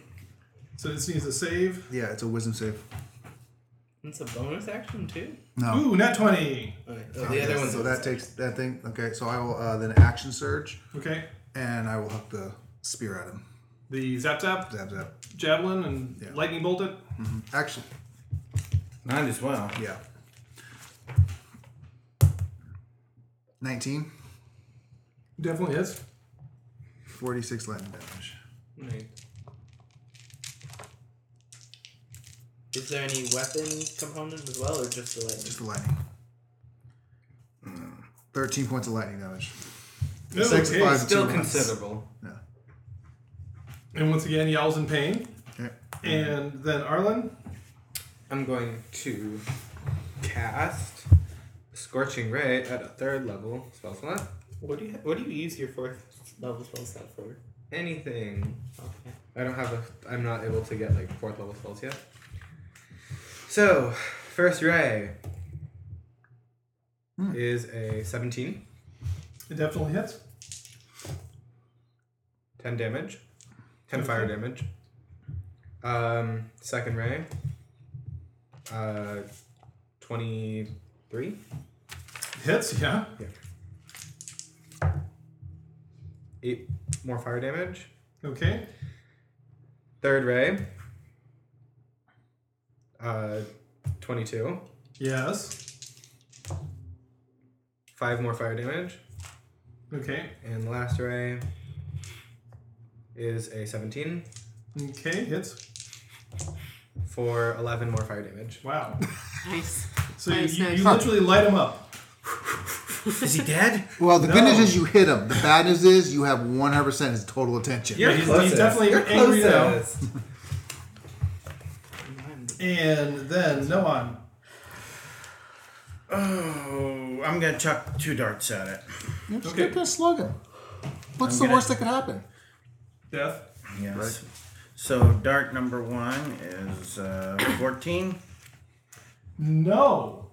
[SPEAKER 1] So this needs a save.
[SPEAKER 4] Yeah, it's a Wisdom save.
[SPEAKER 5] It's a bonus action too.
[SPEAKER 4] No.
[SPEAKER 1] Ooh, net 20.
[SPEAKER 5] Okay, Oh, the other one's
[SPEAKER 4] So that takes that thing. Okay, so I will uh, then action surge,
[SPEAKER 1] Okay.
[SPEAKER 4] and I will hook the spear at him.
[SPEAKER 1] The zap zap,
[SPEAKER 4] Zap zap.
[SPEAKER 1] javelin, and
[SPEAKER 4] Yeah.
[SPEAKER 1] lightning bolt it.
[SPEAKER 4] Action.
[SPEAKER 3] Might as well.
[SPEAKER 4] Yeah. Nineteen.
[SPEAKER 1] Definitely hits.
[SPEAKER 4] 46 lightning damage.
[SPEAKER 5] Right. Is there any weapon component as well, or just the lightning?
[SPEAKER 4] Just the lightning. 13 points of lightning damage. Six,
[SPEAKER 1] Okay.
[SPEAKER 4] five.
[SPEAKER 3] Still
[SPEAKER 4] Two months.
[SPEAKER 3] considerable.
[SPEAKER 4] Yeah.
[SPEAKER 1] And once again, yowls in pain.
[SPEAKER 4] Okay.
[SPEAKER 1] And then Arlen.
[SPEAKER 7] I'm going to cast Scorching Ray at a third level spell slot.
[SPEAKER 5] What do you What do you use your fourth level spell slot for?
[SPEAKER 7] Anything.
[SPEAKER 5] Okay.
[SPEAKER 7] I don't have a. I'm not able to get like fourth level spells yet. So, first ray is a 17,
[SPEAKER 1] It definitely hits.
[SPEAKER 7] 10 damage, 10 fire damage. Um, second ray, uh, 23,
[SPEAKER 1] Hits, yeah.
[SPEAKER 7] 8 more fire damage.
[SPEAKER 1] Okay.
[SPEAKER 7] Third ray, uh, 22,
[SPEAKER 1] Yes.
[SPEAKER 7] 5 more fire damage.
[SPEAKER 1] Okay.
[SPEAKER 7] And the last ray is a 17
[SPEAKER 1] Okay, hits.
[SPEAKER 7] for 11 more fire damage.
[SPEAKER 1] Wow.
[SPEAKER 2] Nice.
[SPEAKER 1] So you,
[SPEAKER 2] Nice,
[SPEAKER 1] you,
[SPEAKER 2] nice.
[SPEAKER 1] you literally light them up.
[SPEAKER 3] Is he dead?
[SPEAKER 4] Well, the good
[SPEAKER 1] No.
[SPEAKER 4] news is you hit him. The bad news is you have 100% his total attention.
[SPEAKER 1] You're he's- he's closest. definitely You're angry now. And then no one.
[SPEAKER 3] Oh, I'm gonna chuck two darts at it.
[SPEAKER 4] You're just
[SPEAKER 1] Okay.
[SPEAKER 4] gonna slug him. What's
[SPEAKER 3] I'm
[SPEAKER 4] the
[SPEAKER 3] gonna-
[SPEAKER 4] worst that could happen?
[SPEAKER 1] Death.
[SPEAKER 3] Yes.
[SPEAKER 4] Right.
[SPEAKER 3] So dart number one is uh, 14,
[SPEAKER 1] No.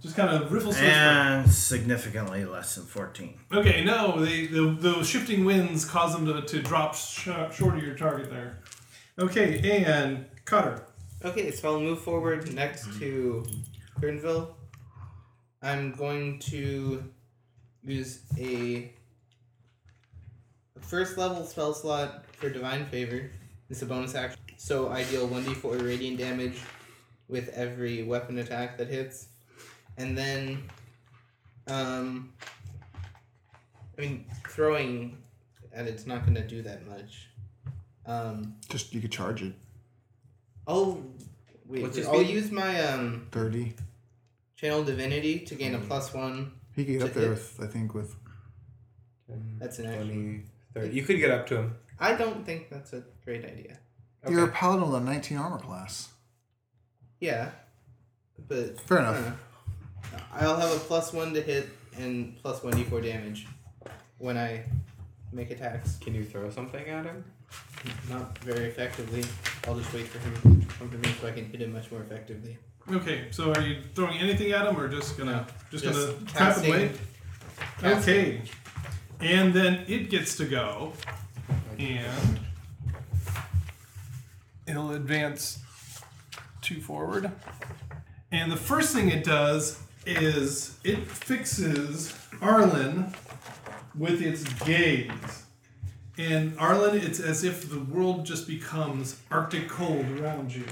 [SPEAKER 1] Just kind of riffle switch.
[SPEAKER 3] and significantly less than 14.
[SPEAKER 1] Okay, no, they, the, the shifting winds cause them to, to drop sh- short of your target there. Okay, and Cutter.
[SPEAKER 5] Okay, so I'll move forward next to Gurnville. I'm going to use a first level spell slot for Divine Favor. It's a bonus action. So I deal 1d4 radiant damage with every weapon attack that hits. And then, um, I mean, throwing at it's not going to do that much. Um,
[SPEAKER 4] Just you could charge it.
[SPEAKER 5] I'll wait.
[SPEAKER 7] What's
[SPEAKER 5] wait,
[SPEAKER 7] his
[SPEAKER 5] I'll
[SPEAKER 7] name?
[SPEAKER 5] use my um
[SPEAKER 4] 30.
[SPEAKER 5] channel divinity to gain a
[SPEAKER 7] Mm.
[SPEAKER 5] plus one.
[SPEAKER 4] He could get up
[SPEAKER 5] To
[SPEAKER 4] there
[SPEAKER 5] hit.
[SPEAKER 4] with, I think, with.
[SPEAKER 5] That's an action.
[SPEAKER 7] 20, 30. You could get up to him.
[SPEAKER 5] I don't think that's a great idea.
[SPEAKER 7] Okay.
[SPEAKER 4] You're a paladin with a 19 armor class.
[SPEAKER 5] Yeah, but
[SPEAKER 4] Fair enough.
[SPEAKER 5] uh, I'll have a plus one to hit and plus one d4 damage when I make attacks.
[SPEAKER 7] Can you throw something at him?
[SPEAKER 5] Not very effectively. I'll just wait for him to come to me so I can hit him much more effectively.
[SPEAKER 1] Okay, so are you throwing anything at him or just gonna just,
[SPEAKER 5] Just
[SPEAKER 1] gonna tap
[SPEAKER 5] casting.
[SPEAKER 1] away?
[SPEAKER 5] Casting.
[SPEAKER 1] Okay. And then it gets to go. And it'll advance two forward. And the first thing it does is it fixes Arlen with its gaze. And Arlen, it's as if the world just becomes Arctic cold around you.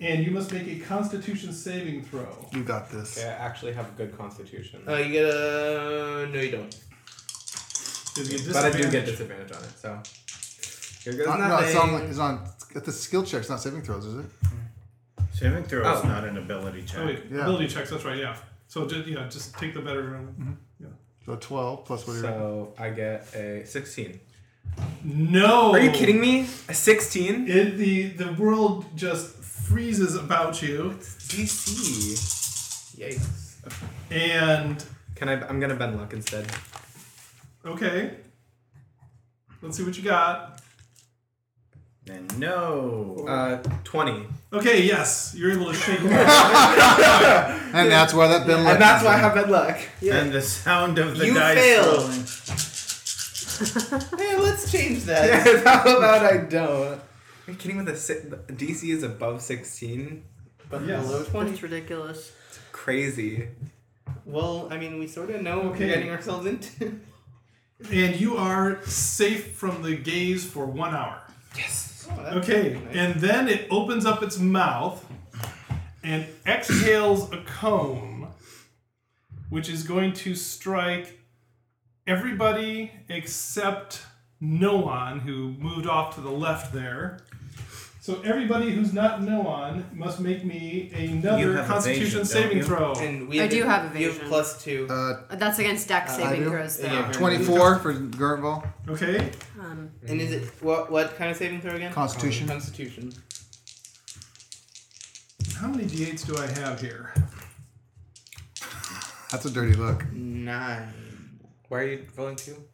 [SPEAKER 1] And you must make a constitution saving throw.
[SPEAKER 4] You got this.
[SPEAKER 7] Okay, I actually have a good constitution.
[SPEAKER 5] Uh, you get a no, you don't.
[SPEAKER 1] Is it a
[SPEAKER 7] but I do get
[SPEAKER 1] disadvantage?
[SPEAKER 7] disadvantage on it, so. Here goes
[SPEAKER 4] Uh,
[SPEAKER 7] nothing.
[SPEAKER 4] no, it's on. like- It's on. It's the skill checks, not saving throws, is it?
[SPEAKER 3] Saving throw is
[SPEAKER 7] Oh.
[SPEAKER 3] not an ability check.
[SPEAKER 1] Oh, wait,
[SPEAKER 4] Yeah.
[SPEAKER 1] ability checks, that's right, yeah. So just, yeah, just take the better. um,
[SPEAKER 4] So twelve plus what? So,
[SPEAKER 7] so I get a Oh. 16.
[SPEAKER 1] No!
[SPEAKER 7] Mm-hmm. Are you kidding me? A 16?
[SPEAKER 1] It, the, the world just freezes about you.
[SPEAKER 7] DC. Yikes.
[SPEAKER 1] And
[SPEAKER 7] Can I? I'm gonna bend luck instead.
[SPEAKER 1] Okay. Let's see what you got.
[SPEAKER 3] Then no.
[SPEAKER 7] Uh, 20.
[SPEAKER 1] Okay, yes, you're able to shake it off.
[SPEAKER 4] and that's why that Ben.
[SPEAKER 7] And that's why I have bad luck.
[SPEAKER 3] And the sound of the
[SPEAKER 5] You
[SPEAKER 3] dice
[SPEAKER 5] failed.
[SPEAKER 3] rolling.
[SPEAKER 5] Hey, let's change
[SPEAKER 7] Yeah,
[SPEAKER 5] that.
[SPEAKER 7] how about I don't? Are you kidding with a si- DC is above 16?
[SPEAKER 5] But
[SPEAKER 1] Yes.
[SPEAKER 5] below twenty.
[SPEAKER 2] It's ridiculous.
[SPEAKER 7] Crazy.
[SPEAKER 5] Well, I mean, we sort of know what
[SPEAKER 1] Okay.
[SPEAKER 5] we're getting ourselves into.
[SPEAKER 1] and you are safe from the gaze for one hour.
[SPEAKER 7] Yes.
[SPEAKER 5] Oh, that's
[SPEAKER 1] Okay,
[SPEAKER 5] nice.
[SPEAKER 1] and then it opens up its mouth and exhales a cone, which is going to strike everybody except Noan, who moved off to the left there. So everybody who's not Noan must make me
[SPEAKER 3] You
[SPEAKER 1] another
[SPEAKER 3] have evasion,
[SPEAKER 1] Constitution
[SPEAKER 3] don't
[SPEAKER 1] saving
[SPEAKER 3] you?
[SPEAKER 1] throw.
[SPEAKER 5] And we
[SPEAKER 2] I do have
[SPEAKER 5] you
[SPEAKER 2] evasion.
[SPEAKER 5] plus two.
[SPEAKER 4] Uh,
[SPEAKER 2] That's against deck saving
[SPEAKER 4] do?
[SPEAKER 2] throws, though.
[SPEAKER 5] Yeah.
[SPEAKER 4] twenty-four for Gertval.
[SPEAKER 1] Okay.
[SPEAKER 2] Um,
[SPEAKER 5] and is it what what kind of saving throw again?
[SPEAKER 4] Constitution.
[SPEAKER 5] Constitution.
[SPEAKER 1] How many d8s do I have here?
[SPEAKER 4] That's a dirty look.
[SPEAKER 5] Nine.
[SPEAKER 7] Why are you rolling two?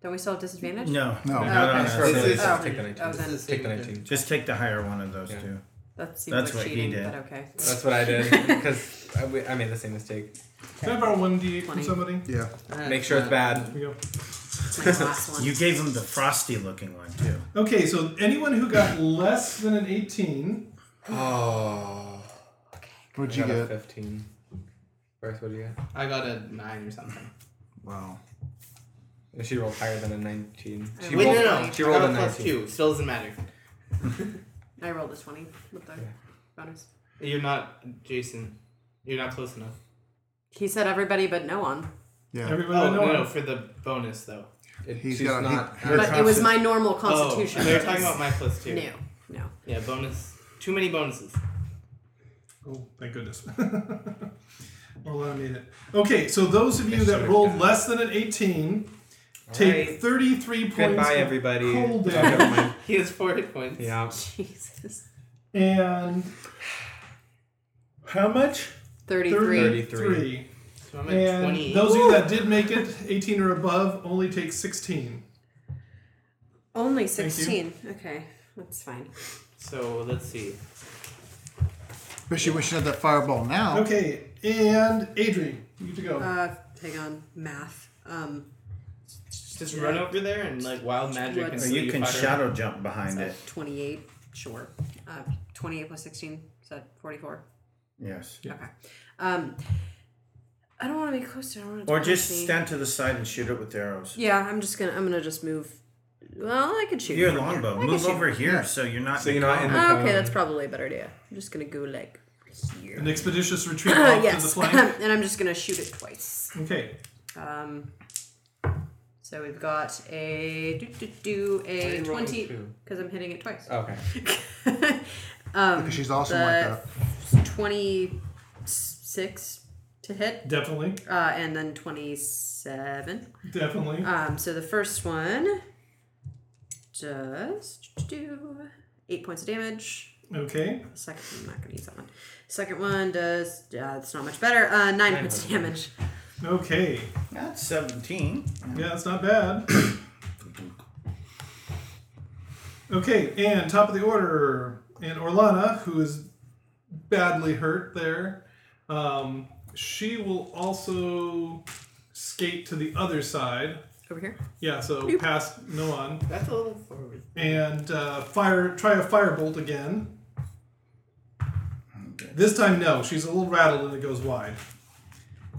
[SPEAKER 2] don't we still have disadvantage?
[SPEAKER 3] No.
[SPEAKER 4] No.
[SPEAKER 3] Not on
[SPEAKER 5] Okay.
[SPEAKER 3] us.
[SPEAKER 5] This is-
[SPEAKER 7] take the 19.
[SPEAKER 2] oh, then
[SPEAKER 5] This is
[SPEAKER 7] Take the
[SPEAKER 5] saving throw.
[SPEAKER 7] 19.
[SPEAKER 3] Just take the higher one of those
[SPEAKER 7] Yeah.
[SPEAKER 3] two.
[SPEAKER 2] that seems
[SPEAKER 3] That's
[SPEAKER 2] like
[SPEAKER 3] what he
[SPEAKER 2] cheating,
[SPEAKER 3] did.
[SPEAKER 2] but okay.
[SPEAKER 7] That's what I did because I, we- I made the same mistake.
[SPEAKER 1] Can I borrow one d8 from
[SPEAKER 2] Twenty.
[SPEAKER 1] somebody?
[SPEAKER 4] Yeah.
[SPEAKER 5] Uh,
[SPEAKER 7] Make sure it's bad.
[SPEAKER 1] Here we go.
[SPEAKER 2] That's my last one.
[SPEAKER 3] You gave him the frosty looking one too.
[SPEAKER 1] Okay, so anyone who got less than an 18,
[SPEAKER 7] Oh.
[SPEAKER 4] What'd you
[SPEAKER 7] I got a
[SPEAKER 4] get?
[SPEAKER 7] 15. First, what do you get?
[SPEAKER 5] I got a nine or something.
[SPEAKER 4] Wow.
[SPEAKER 7] And Oh, she rolled higher than a 19.
[SPEAKER 2] I
[SPEAKER 7] She
[SPEAKER 2] rolled
[SPEAKER 7] rolled,
[SPEAKER 2] a twenty.
[SPEAKER 7] She rolled
[SPEAKER 5] I
[SPEAKER 7] a
[SPEAKER 5] got plus
[SPEAKER 7] 19.
[SPEAKER 5] two. Still doesn't matter.
[SPEAKER 2] I rolled a 20 with the
[SPEAKER 7] Yeah.
[SPEAKER 2] bonus.
[SPEAKER 5] You're not Jason. You're not close enough.
[SPEAKER 2] He said everybody but no one.
[SPEAKER 4] Yeah.
[SPEAKER 1] everybody
[SPEAKER 5] Oh
[SPEAKER 1] know
[SPEAKER 5] no,
[SPEAKER 1] one.
[SPEAKER 5] no, for the bonus though.
[SPEAKER 7] It,
[SPEAKER 4] He's
[SPEAKER 7] she's
[SPEAKER 4] got a- he-
[SPEAKER 7] not.
[SPEAKER 4] her
[SPEAKER 2] But it was my normal constitution.
[SPEAKER 5] Oh, they're talking about my plus two.
[SPEAKER 2] No, no.
[SPEAKER 5] Yeah, bonus. Too many bonuses.
[SPEAKER 1] Oh, thank goodness. Orlando made it. Okay, so those of you
[SPEAKER 7] Yes,
[SPEAKER 1] that
[SPEAKER 7] sir.
[SPEAKER 1] rolled less than an 18 take
[SPEAKER 7] Alright.
[SPEAKER 1] 33 points.
[SPEAKER 7] Goodbye,
[SPEAKER 1] of
[SPEAKER 7] everybody.
[SPEAKER 1] Cold
[SPEAKER 7] Oh, never
[SPEAKER 1] damage.
[SPEAKER 7] mind.
[SPEAKER 5] He has four hit points.
[SPEAKER 7] Yeah.
[SPEAKER 2] Jesus.
[SPEAKER 1] and
[SPEAKER 3] How much?
[SPEAKER 2] 33.
[SPEAKER 1] 33.
[SPEAKER 5] So I'm at
[SPEAKER 1] And
[SPEAKER 5] twenty.
[SPEAKER 1] those of you that did make it, 18 or above, only take 16.
[SPEAKER 2] Only
[SPEAKER 1] you.
[SPEAKER 2] 16. Okay, that's fine.
[SPEAKER 5] So let's see.
[SPEAKER 4] Wish you wish you had that fireball now.
[SPEAKER 1] Okay, and Adrian, you get to go.
[SPEAKER 2] Uh, hang on. Math. Um,
[SPEAKER 5] Just run over there and like wild magic
[SPEAKER 2] Let's-
[SPEAKER 5] and
[SPEAKER 3] So
[SPEAKER 5] see
[SPEAKER 3] you can
[SPEAKER 5] fire.
[SPEAKER 3] shadow jump behind
[SPEAKER 2] so
[SPEAKER 3] it.
[SPEAKER 2] 28. Sure. Uh, 28 plus 16. Is that 44?
[SPEAKER 3] Yes.
[SPEAKER 2] Okay. Um, I don't want to be close to. I don't want to.
[SPEAKER 3] Or just stand to the side and shoot it with arrows.
[SPEAKER 2] Yeah, I'm just gonna. I'm gonna just move. Well, I could shoot.
[SPEAKER 3] You're a
[SPEAKER 2] from here.
[SPEAKER 3] longbow.
[SPEAKER 2] I could
[SPEAKER 3] Move
[SPEAKER 2] shoot-
[SPEAKER 3] over here so you're not.
[SPEAKER 7] So you're not in the
[SPEAKER 2] Ah,
[SPEAKER 7] cone.
[SPEAKER 2] okay, that's probably a better idea. I'm just gonna go like here.
[SPEAKER 1] An expeditious retreat off to the
[SPEAKER 2] yes,
[SPEAKER 1] flank.
[SPEAKER 2] and I'm just gonna shoot it twice.
[SPEAKER 1] Okay.
[SPEAKER 2] Um, so we've got a do do, do
[SPEAKER 7] Why are
[SPEAKER 2] a
[SPEAKER 7] you rolling
[SPEAKER 2] twenty
[SPEAKER 7] two?
[SPEAKER 2] because I'm hitting it twice. Um,
[SPEAKER 7] Okay.
[SPEAKER 4] Because she's awesome
[SPEAKER 2] The
[SPEAKER 4] like
[SPEAKER 2] twenty six to hit,
[SPEAKER 1] Definitely.
[SPEAKER 2] uh, and then twenty seven.
[SPEAKER 1] Definitely.
[SPEAKER 2] Um, so the first one does do eight points of damage.
[SPEAKER 1] Okay.
[SPEAKER 2] The second, I'm not gonna use that one. Second one does. Uh, it's not much better. Uh, nine points of damage.
[SPEAKER 1] Okay.
[SPEAKER 3] That's 17.
[SPEAKER 1] Yeah, that's not bad. Okay, and top of the order, and Orlana, who is badly hurt there, um, she will also skate to the other side.
[SPEAKER 2] Over here.
[SPEAKER 1] Yeah, so past Noan,
[SPEAKER 5] That's a little forward.
[SPEAKER 1] and uh, fire. Try a firebolt again. This time, no. She's a little rattled and it goes wide.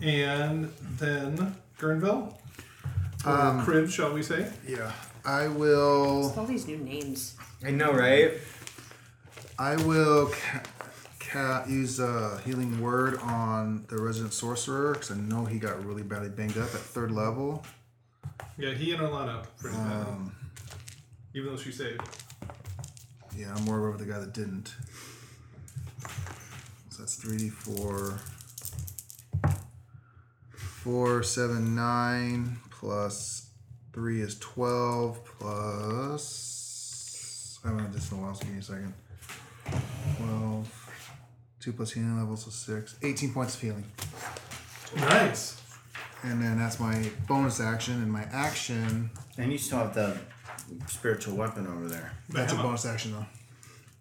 [SPEAKER 1] And then Gurnville. Or Crib, shall we say?
[SPEAKER 4] Yeah. I will.
[SPEAKER 2] All these new names.
[SPEAKER 7] I know, right?
[SPEAKER 4] I will ca- ca- use a healing word on the resident sorcerer because I know he got really badly banged up at third level.
[SPEAKER 1] Yeah, he and Orlana pretty bad. Even though she saved.
[SPEAKER 4] Yeah, I'm more over the guy that didn't. So that's 3d4. 4, 7, 9, plus 3 is 12, plus. I haven't had this in a while, so give me a second. 12. 2 plus healing level, so 6. 18 points of healing.
[SPEAKER 1] Nice.
[SPEAKER 4] And then that's my bonus action, and my action.
[SPEAKER 3] And you still have the spiritual weapon over there.
[SPEAKER 4] That's a
[SPEAKER 1] hammer.
[SPEAKER 4] bonus action though.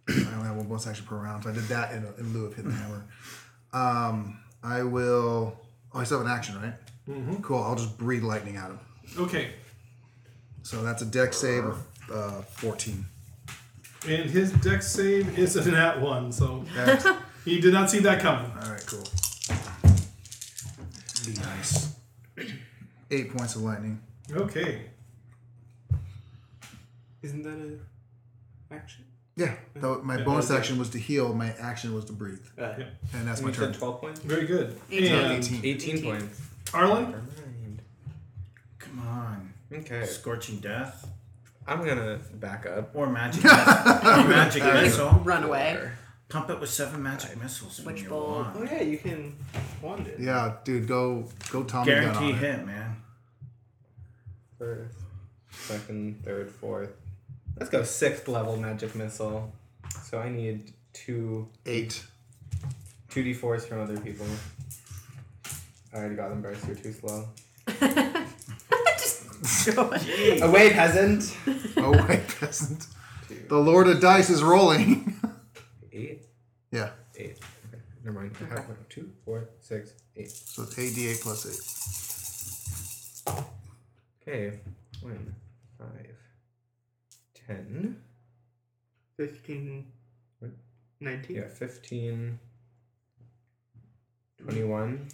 [SPEAKER 4] I only have one bonus action per round, so I did that in, in lieu of hitting the hammer. Um, I will. Oh, I still have an action, right? Mm-hmm. Cool. I'll just breathe lightning at him.
[SPEAKER 1] Okay.
[SPEAKER 4] So that's a deck save of uh, 14.
[SPEAKER 1] And his deck save is an at one, so
[SPEAKER 4] That's- all
[SPEAKER 1] he did not see that coming.
[SPEAKER 4] right, cool. Be nice. Eight points of lightning.
[SPEAKER 1] Okay.
[SPEAKER 7] Isn't that a action?
[SPEAKER 4] Yeah. Though my
[SPEAKER 1] Yeah,
[SPEAKER 4] bonus
[SPEAKER 1] okay.
[SPEAKER 4] action was to heal. My action was to breathe,
[SPEAKER 7] Uh,
[SPEAKER 1] Yeah.
[SPEAKER 4] and that's my
[SPEAKER 7] you
[SPEAKER 4] turn.
[SPEAKER 7] said 12 points?
[SPEAKER 1] Very good.
[SPEAKER 2] Eighteen.
[SPEAKER 1] And
[SPEAKER 4] 18.
[SPEAKER 7] 18,
[SPEAKER 2] 18.
[SPEAKER 7] points.
[SPEAKER 1] Arlen?
[SPEAKER 7] Never mind.
[SPEAKER 3] Come on.
[SPEAKER 7] Okay.
[SPEAKER 3] Scorching death
[SPEAKER 7] I'm gonna back up.
[SPEAKER 3] or magic missile. magic missile.
[SPEAKER 2] Run away.
[SPEAKER 3] Pump it with seven magic missiles when
[SPEAKER 2] Which
[SPEAKER 3] you
[SPEAKER 2] bowl?
[SPEAKER 5] Oh
[SPEAKER 3] want.
[SPEAKER 5] yeah, you can wand it.
[SPEAKER 4] Yeah, dude, go go Tommy gun
[SPEAKER 3] Guarantee
[SPEAKER 4] on it.
[SPEAKER 3] hit, man.
[SPEAKER 7] First, second, third, fourth. Let's go sixth level magic missile. So I need two
[SPEAKER 4] Eight.
[SPEAKER 7] two d4s from other people. I already got them, Bryce. You're too slow.
[SPEAKER 2] Just go ahead.
[SPEAKER 7] Oh wait, hasn't.
[SPEAKER 4] Oh wait, peasant. The Lord of Dice is rolling.
[SPEAKER 7] Eight,
[SPEAKER 4] yeah.
[SPEAKER 7] eight. Okay, never mind. I have one, two, four, six, eight.
[SPEAKER 4] So it's eight d8 plus eight.
[SPEAKER 7] Okay, one, five, ten.
[SPEAKER 5] Fifteen.
[SPEAKER 7] What?
[SPEAKER 5] Nineteen.
[SPEAKER 7] Yeah, 15, 21,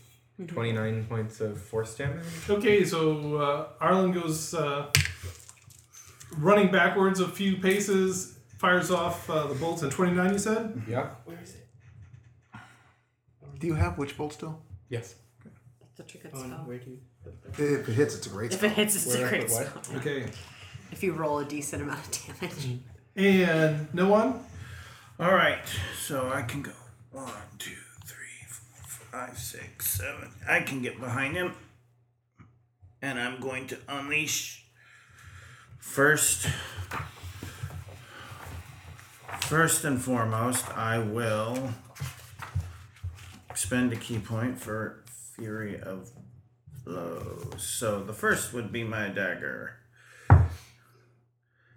[SPEAKER 7] 29 points of force damage.
[SPEAKER 1] Okay, so uh, Arlen goes uh, running backwards a few paces, fires off uh, the bolts in 29, you said?
[SPEAKER 7] Yeah.
[SPEAKER 5] Where is it?
[SPEAKER 4] Do you have Witch Bolt still?
[SPEAKER 7] Yes.
[SPEAKER 2] Such a good
[SPEAKER 5] Oh, no,
[SPEAKER 2] spell.
[SPEAKER 5] where do you?
[SPEAKER 4] If it hits, it's a great
[SPEAKER 2] If it
[SPEAKER 4] spell.
[SPEAKER 2] hits, it's
[SPEAKER 7] Where-
[SPEAKER 2] a great
[SPEAKER 7] what?
[SPEAKER 2] spell.
[SPEAKER 1] Okay.
[SPEAKER 2] If you roll a decent amount of
[SPEAKER 5] Mm.
[SPEAKER 2] damage.
[SPEAKER 1] And no one?
[SPEAKER 3] All right, so I can go one, two, three, four, five, six, seven. I can get behind him, and I'm going to unleash first. First and foremost, I will expend a key point for Fury of Blows. So the first would be my dagger.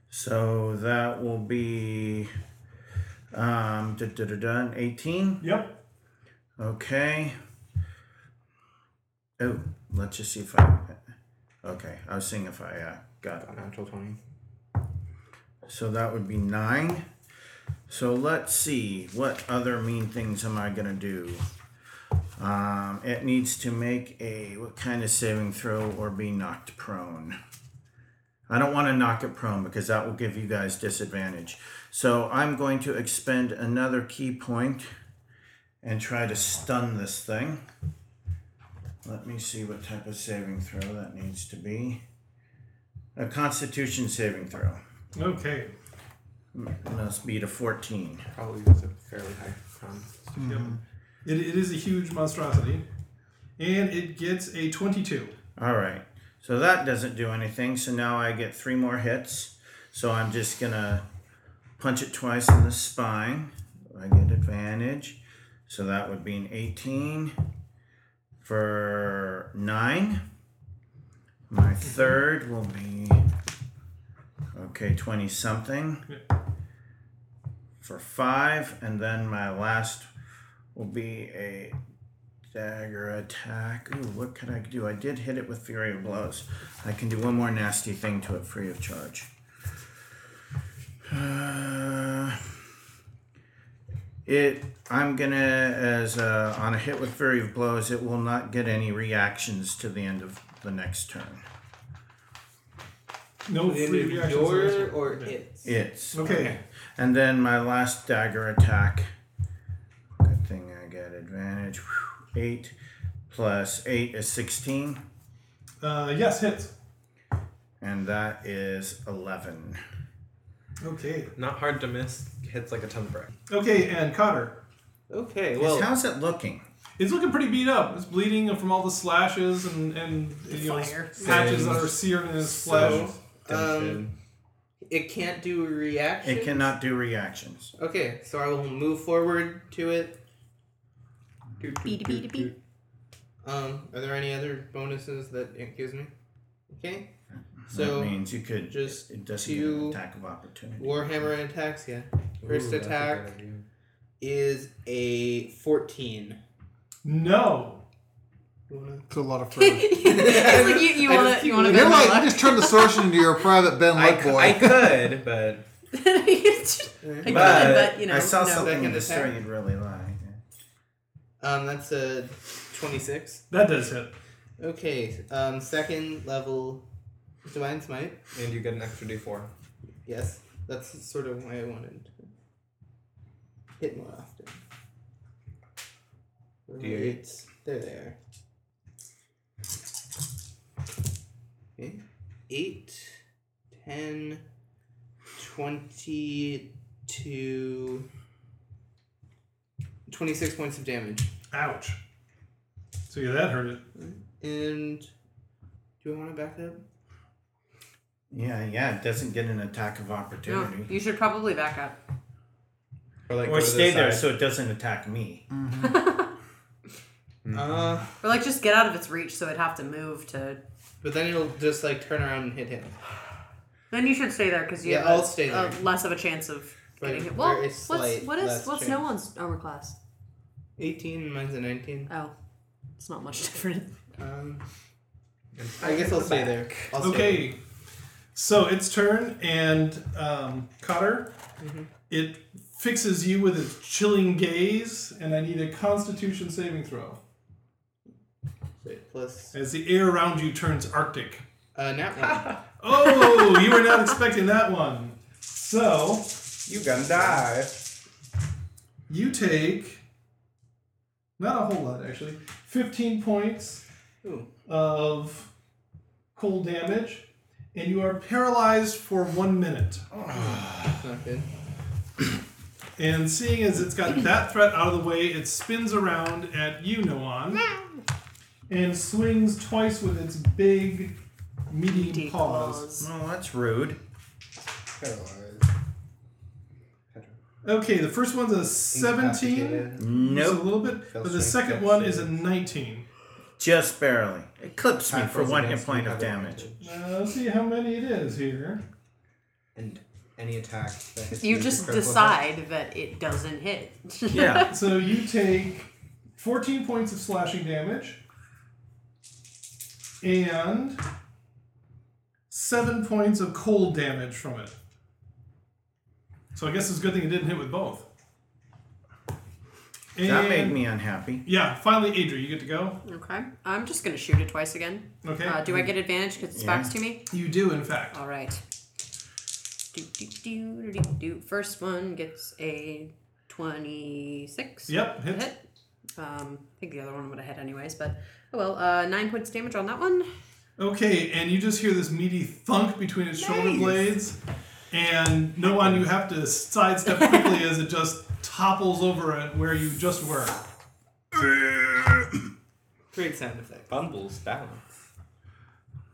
[SPEAKER 3] So that will be um, da, da, da, da, 18.
[SPEAKER 1] Yep.
[SPEAKER 3] Okay. Oh, let's just see if I. Okay, I was seeing if I uh, got it.
[SPEAKER 7] Natural 20.
[SPEAKER 3] So that would be nine. So let's see. What other mean things am I going to do? Um, it needs to make a what kind of saving throw or be knocked prone. I don't want to knock it prone because that will give you guys disadvantage. So I'm going to expend another key point and try to stun this thing. Let me see what type of saving throw that needs to be. A constitution saving throw.
[SPEAKER 1] Okay.
[SPEAKER 3] Must be to 14.
[SPEAKER 7] Probably was a fairly high con.
[SPEAKER 1] Yep. It, it is a huge monstrosity. And it gets a 22.
[SPEAKER 3] All right. So that doesn't do anything. So now I get three more hits. So I'm just going to punch it twice in the spine. I get advantage. So that would be an 18 for 9. My third will be, okay, 20 something for 5. And then my last will be a Dagger attack. Ooh, what can I do? I did hit it with Fury of Blows. I can do one more nasty thing to it free of charge. Uh, It. I'm gonna as uh, on a hit with flurry of blows. It will not get any reactions to the end of the next turn.
[SPEAKER 1] No
[SPEAKER 5] The end
[SPEAKER 1] free
[SPEAKER 5] of
[SPEAKER 1] reactions.
[SPEAKER 5] your
[SPEAKER 1] left.
[SPEAKER 5] or
[SPEAKER 1] Okay.
[SPEAKER 5] its?
[SPEAKER 3] It's
[SPEAKER 1] Okay.
[SPEAKER 3] And then my last dagger attack. Good thing I got advantage. Whew. Eight plus eight is sixteen,
[SPEAKER 1] Uh, yes, hits.
[SPEAKER 3] and that is eleven.
[SPEAKER 1] Okay.
[SPEAKER 7] Not hard to miss. Hits like a ton of brick.
[SPEAKER 1] Okay, and Cotter.
[SPEAKER 5] Okay,
[SPEAKER 3] Well,
[SPEAKER 5] well,
[SPEAKER 3] how's it looking?
[SPEAKER 1] It's looking pretty beat up. It's bleeding from all the slashes and and you know,
[SPEAKER 2] Fire.
[SPEAKER 1] patches that
[SPEAKER 7] Same.
[SPEAKER 1] are searing in his flesh.
[SPEAKER 7] So,
[SPEAKER 5] um, it can't do reaction.
[SPEAKER 3] It cannot do reactions.
[SPEAKER 5] Okay, so I will move forward to it.
[SPEAKER 2] Beep, beep, beep.
[SPEAKER 5] Um, are there any other bonuses that it gives me? Okay,
[SPEAKER 3] that
[SPEAKER 5] so
[SPEAKER 3] means you could
[SPEAKER 5] just
[SPEAKER 3] it doesn't get an
[SPEAKER 5] two
[SPEAKER 3] attack of opportunity.
[SPEAKER 5] warhammer and attacks. Yeah, first
[SPEAKER 7] Ooh, that's a
[SPEAKER 5] attack
[SPEAKER 7] good idea.
[SPEAKER 5] is a fourteen.
[SPEAKER 1] No.
[SPEAKER 5] You wanna-
[SPEAKER 4] It's a lot of fur.
[SPEAKER 2] it's like you, you
[SPEAKER 5] I just
[SPEAKER 2] want to
[SPEAKER 5] keep
[SPEAKER 2] you want to
[SPEAKER 4] You're
[SPEAKER 5] Good
[SPEAKER 4] like, you just turned the sorcerer into your private Ben
[SPEAKER 7] I,
[SPEAKER 4] Light
[SPEAKER 7] c-
[SPEAKER 4] boy.
[SPEAKER 7] I could, but
[SPEAKER 2] I could, but you know,
[SPEAKER 3] I saw
[SPEAKER 2] no.
[SPEAKER 3] something in
[SPEAKER 5] Second
[SPEAKER 3] the story
[SPEAKER 5] attack.
[SPEAKER 3] you'd really like.
[SPEAKER 5] Um, that's a twenty-six.
[SPEAKER 1] That does hit.
[SPEAKER 5] Okay, um, second level divine smite.
[SPEAKER 7] and you get an extra D4.
[SPEAKER 5] Yes, that's sort of why I wanted to hit more often.
[SPEAKER 7] D8.
[SPEAKER 5] Right, There they are. Okay. 8, 10, 22, 26 points of damage.
[SPEAKER 1] Ouch. So yeah, that hurt it.
[SPEAKER 5] And do I want to back up?
[SPEAKER 3] Yeah, yeah, it doesn't get an attack of
[SPEAKER 2] No,
[SPEAKER 3] opportunity.
[SPEAKER 2] you should probably back up.
[SPEAKER 7] Or, like, go
[SPEAKER 3] Or
[SPEAKER 7] to the
[SPEAKER 3] stay there
[SPEAKER 7] side.
[SPEAKER 3] so it doesn't attack me.
[SPEAKER 5] Uh,
[SPEAKER 2] Or like just get out of its reach so it'd have to move to.
[SPEAKER 5] but then it'll just like turn around and hit him.
[SPEAKER 2] Then you should stay there because you
[SPEAKER 5] Yeah,
[SPEAKER 2] have
[SPEAKER 5] I'll
[SPEAKER 2] a-
[SPEAKER 5] stay
[SPEAKER 2] a
[SPEAKER 5] there.
[SPEAKER 2] less of a chance of
[SPEAKER 5] But
[SPEAKER 2] getting hit.
[SPEAKER 5] there
[SPEAKER 2] Well, what's
[SPEAKER 5] is slight
[SPEAKER 2] what is
[SPEAKER 5] less
[SPEAKER 2] what's
[SPEAKER 5] chance.
[SPEAKER 2] no one's armor class?
[SPEAKER 5] 18, mine's a 19.
[SPEAKER 2] Oh, it's not much different.
[SPEAKER 5] Um, I guess I'll stay there. I'll stay there.
[SPEAKER 1] Okay. So it's turn, and um, Cotter, it fixes you with its chilling gaze, and I need a Constitution saving throw
[SPEAKER 5] Wait, plus
[SPEAKER 1] as the air around you turns arctic.
[SPEAKER 5] uh, nat
[SPEAKER 1] Oh, you were not expecting that one. So
[SPEAKER 7] You gonna die.
[SPEAKER 1] you take not a whole lot actually, fifteen points
[SPEAKER 5] one. Ooh.
[SPEAKER 1] of cold damage, and you are paralyzed for one minute.
[SPEAKER 5] That's not good.
[SPEAKER 1] And seeing as it's got that threat out of the way, it spins around at you, Noan, and swings twice with its big, meaty,
[SPEAKER 2] Meaty
[SPEAKER 1] paws.
[SPEAKER 2] claws.
[SPEAKER 3] Oh, that's rude.
[SPEAKER 1] Okay, the first one's a 17.
[SPEAKER 7] Incapacitated.
[SPEAKER 1] Just a
[SPEAKER 3] Nope,
[SPEAKER 1] little bit,
[SPEAKER 7] Fell
[SPEAKER 1] but the
[SPEAKER 7] strength
[SPEAKER 1] second
[SPEAKER 7] check,
[SPEAKER 1] one
[SPEAKER 7] so-
[SPEAKER 1] is a 19.
[SPEAKER 3] just barely. It clips me
[SPEAKER 7] Half
[SPEAKER 3] for
[SPEAKER 7] rolls
[SPEAKER 3] one hit
[SPEAKER 7] against
[SPEAKER 3] point
[SPEAKER 7] you,
[SPEAKER 3] of
[SPEAKER 7] half roll
[SPEAKER 3] damage.
[SPEAKER 7] damage.
[SPEAKER 1] Uh, let's see how many it is here.
[SPEAKER 7] And any attack. That hits
[SPEAKER 2] You
[SPEAKER 7] is a
[SPEAKER 2] just
[SPEAKER 7] critical hit.
[SPEAKER 2] decide that it doesn't hit.
[SPEAKER 3] Yeah.
[SPEAKER 1] So you take 14 points of slashing damage and 7 points of cold damage from it. So I guess it's a good thing it didn't hit with both.
[SPEAKER 3] That
[SPEAKER 1] And-
[SPEAKER 3] made me unhappy.
[SPEAKER 1] Yeah, finally, Adri, you get to go.
[SPEAKER 2] okay, I'm just gonna shoot it twice again.
[SPEAKER 1] Okay.
[SPEAKER 2] Uh, do I get advantage because it's
[SPEAKER 3] Yeah.
[SPEAKER 2] backed to me?
[SPEAKER 1] you do, in fact.
[SPEAKER 2] All right. Do, do, do, do, do, do. First one gets a 26.
[SPEAKER 1] Yep, hits.
[SPEAKER 2] Hit. Um, I think the other one would have hit anyways, but oh well. Uh, nine points damage on that one.
[SPEAKER 1] Okay, and you just hear this meaty thunk between its shoulder
[SPEAKER 2] Nice.
[SPEAKER 1] blades, and no one you have to sidestep quickly as it just topples over at where you just were.
[SPEAKER 5] Great sound effect.
[SPEAKER 7] Bumbles balance.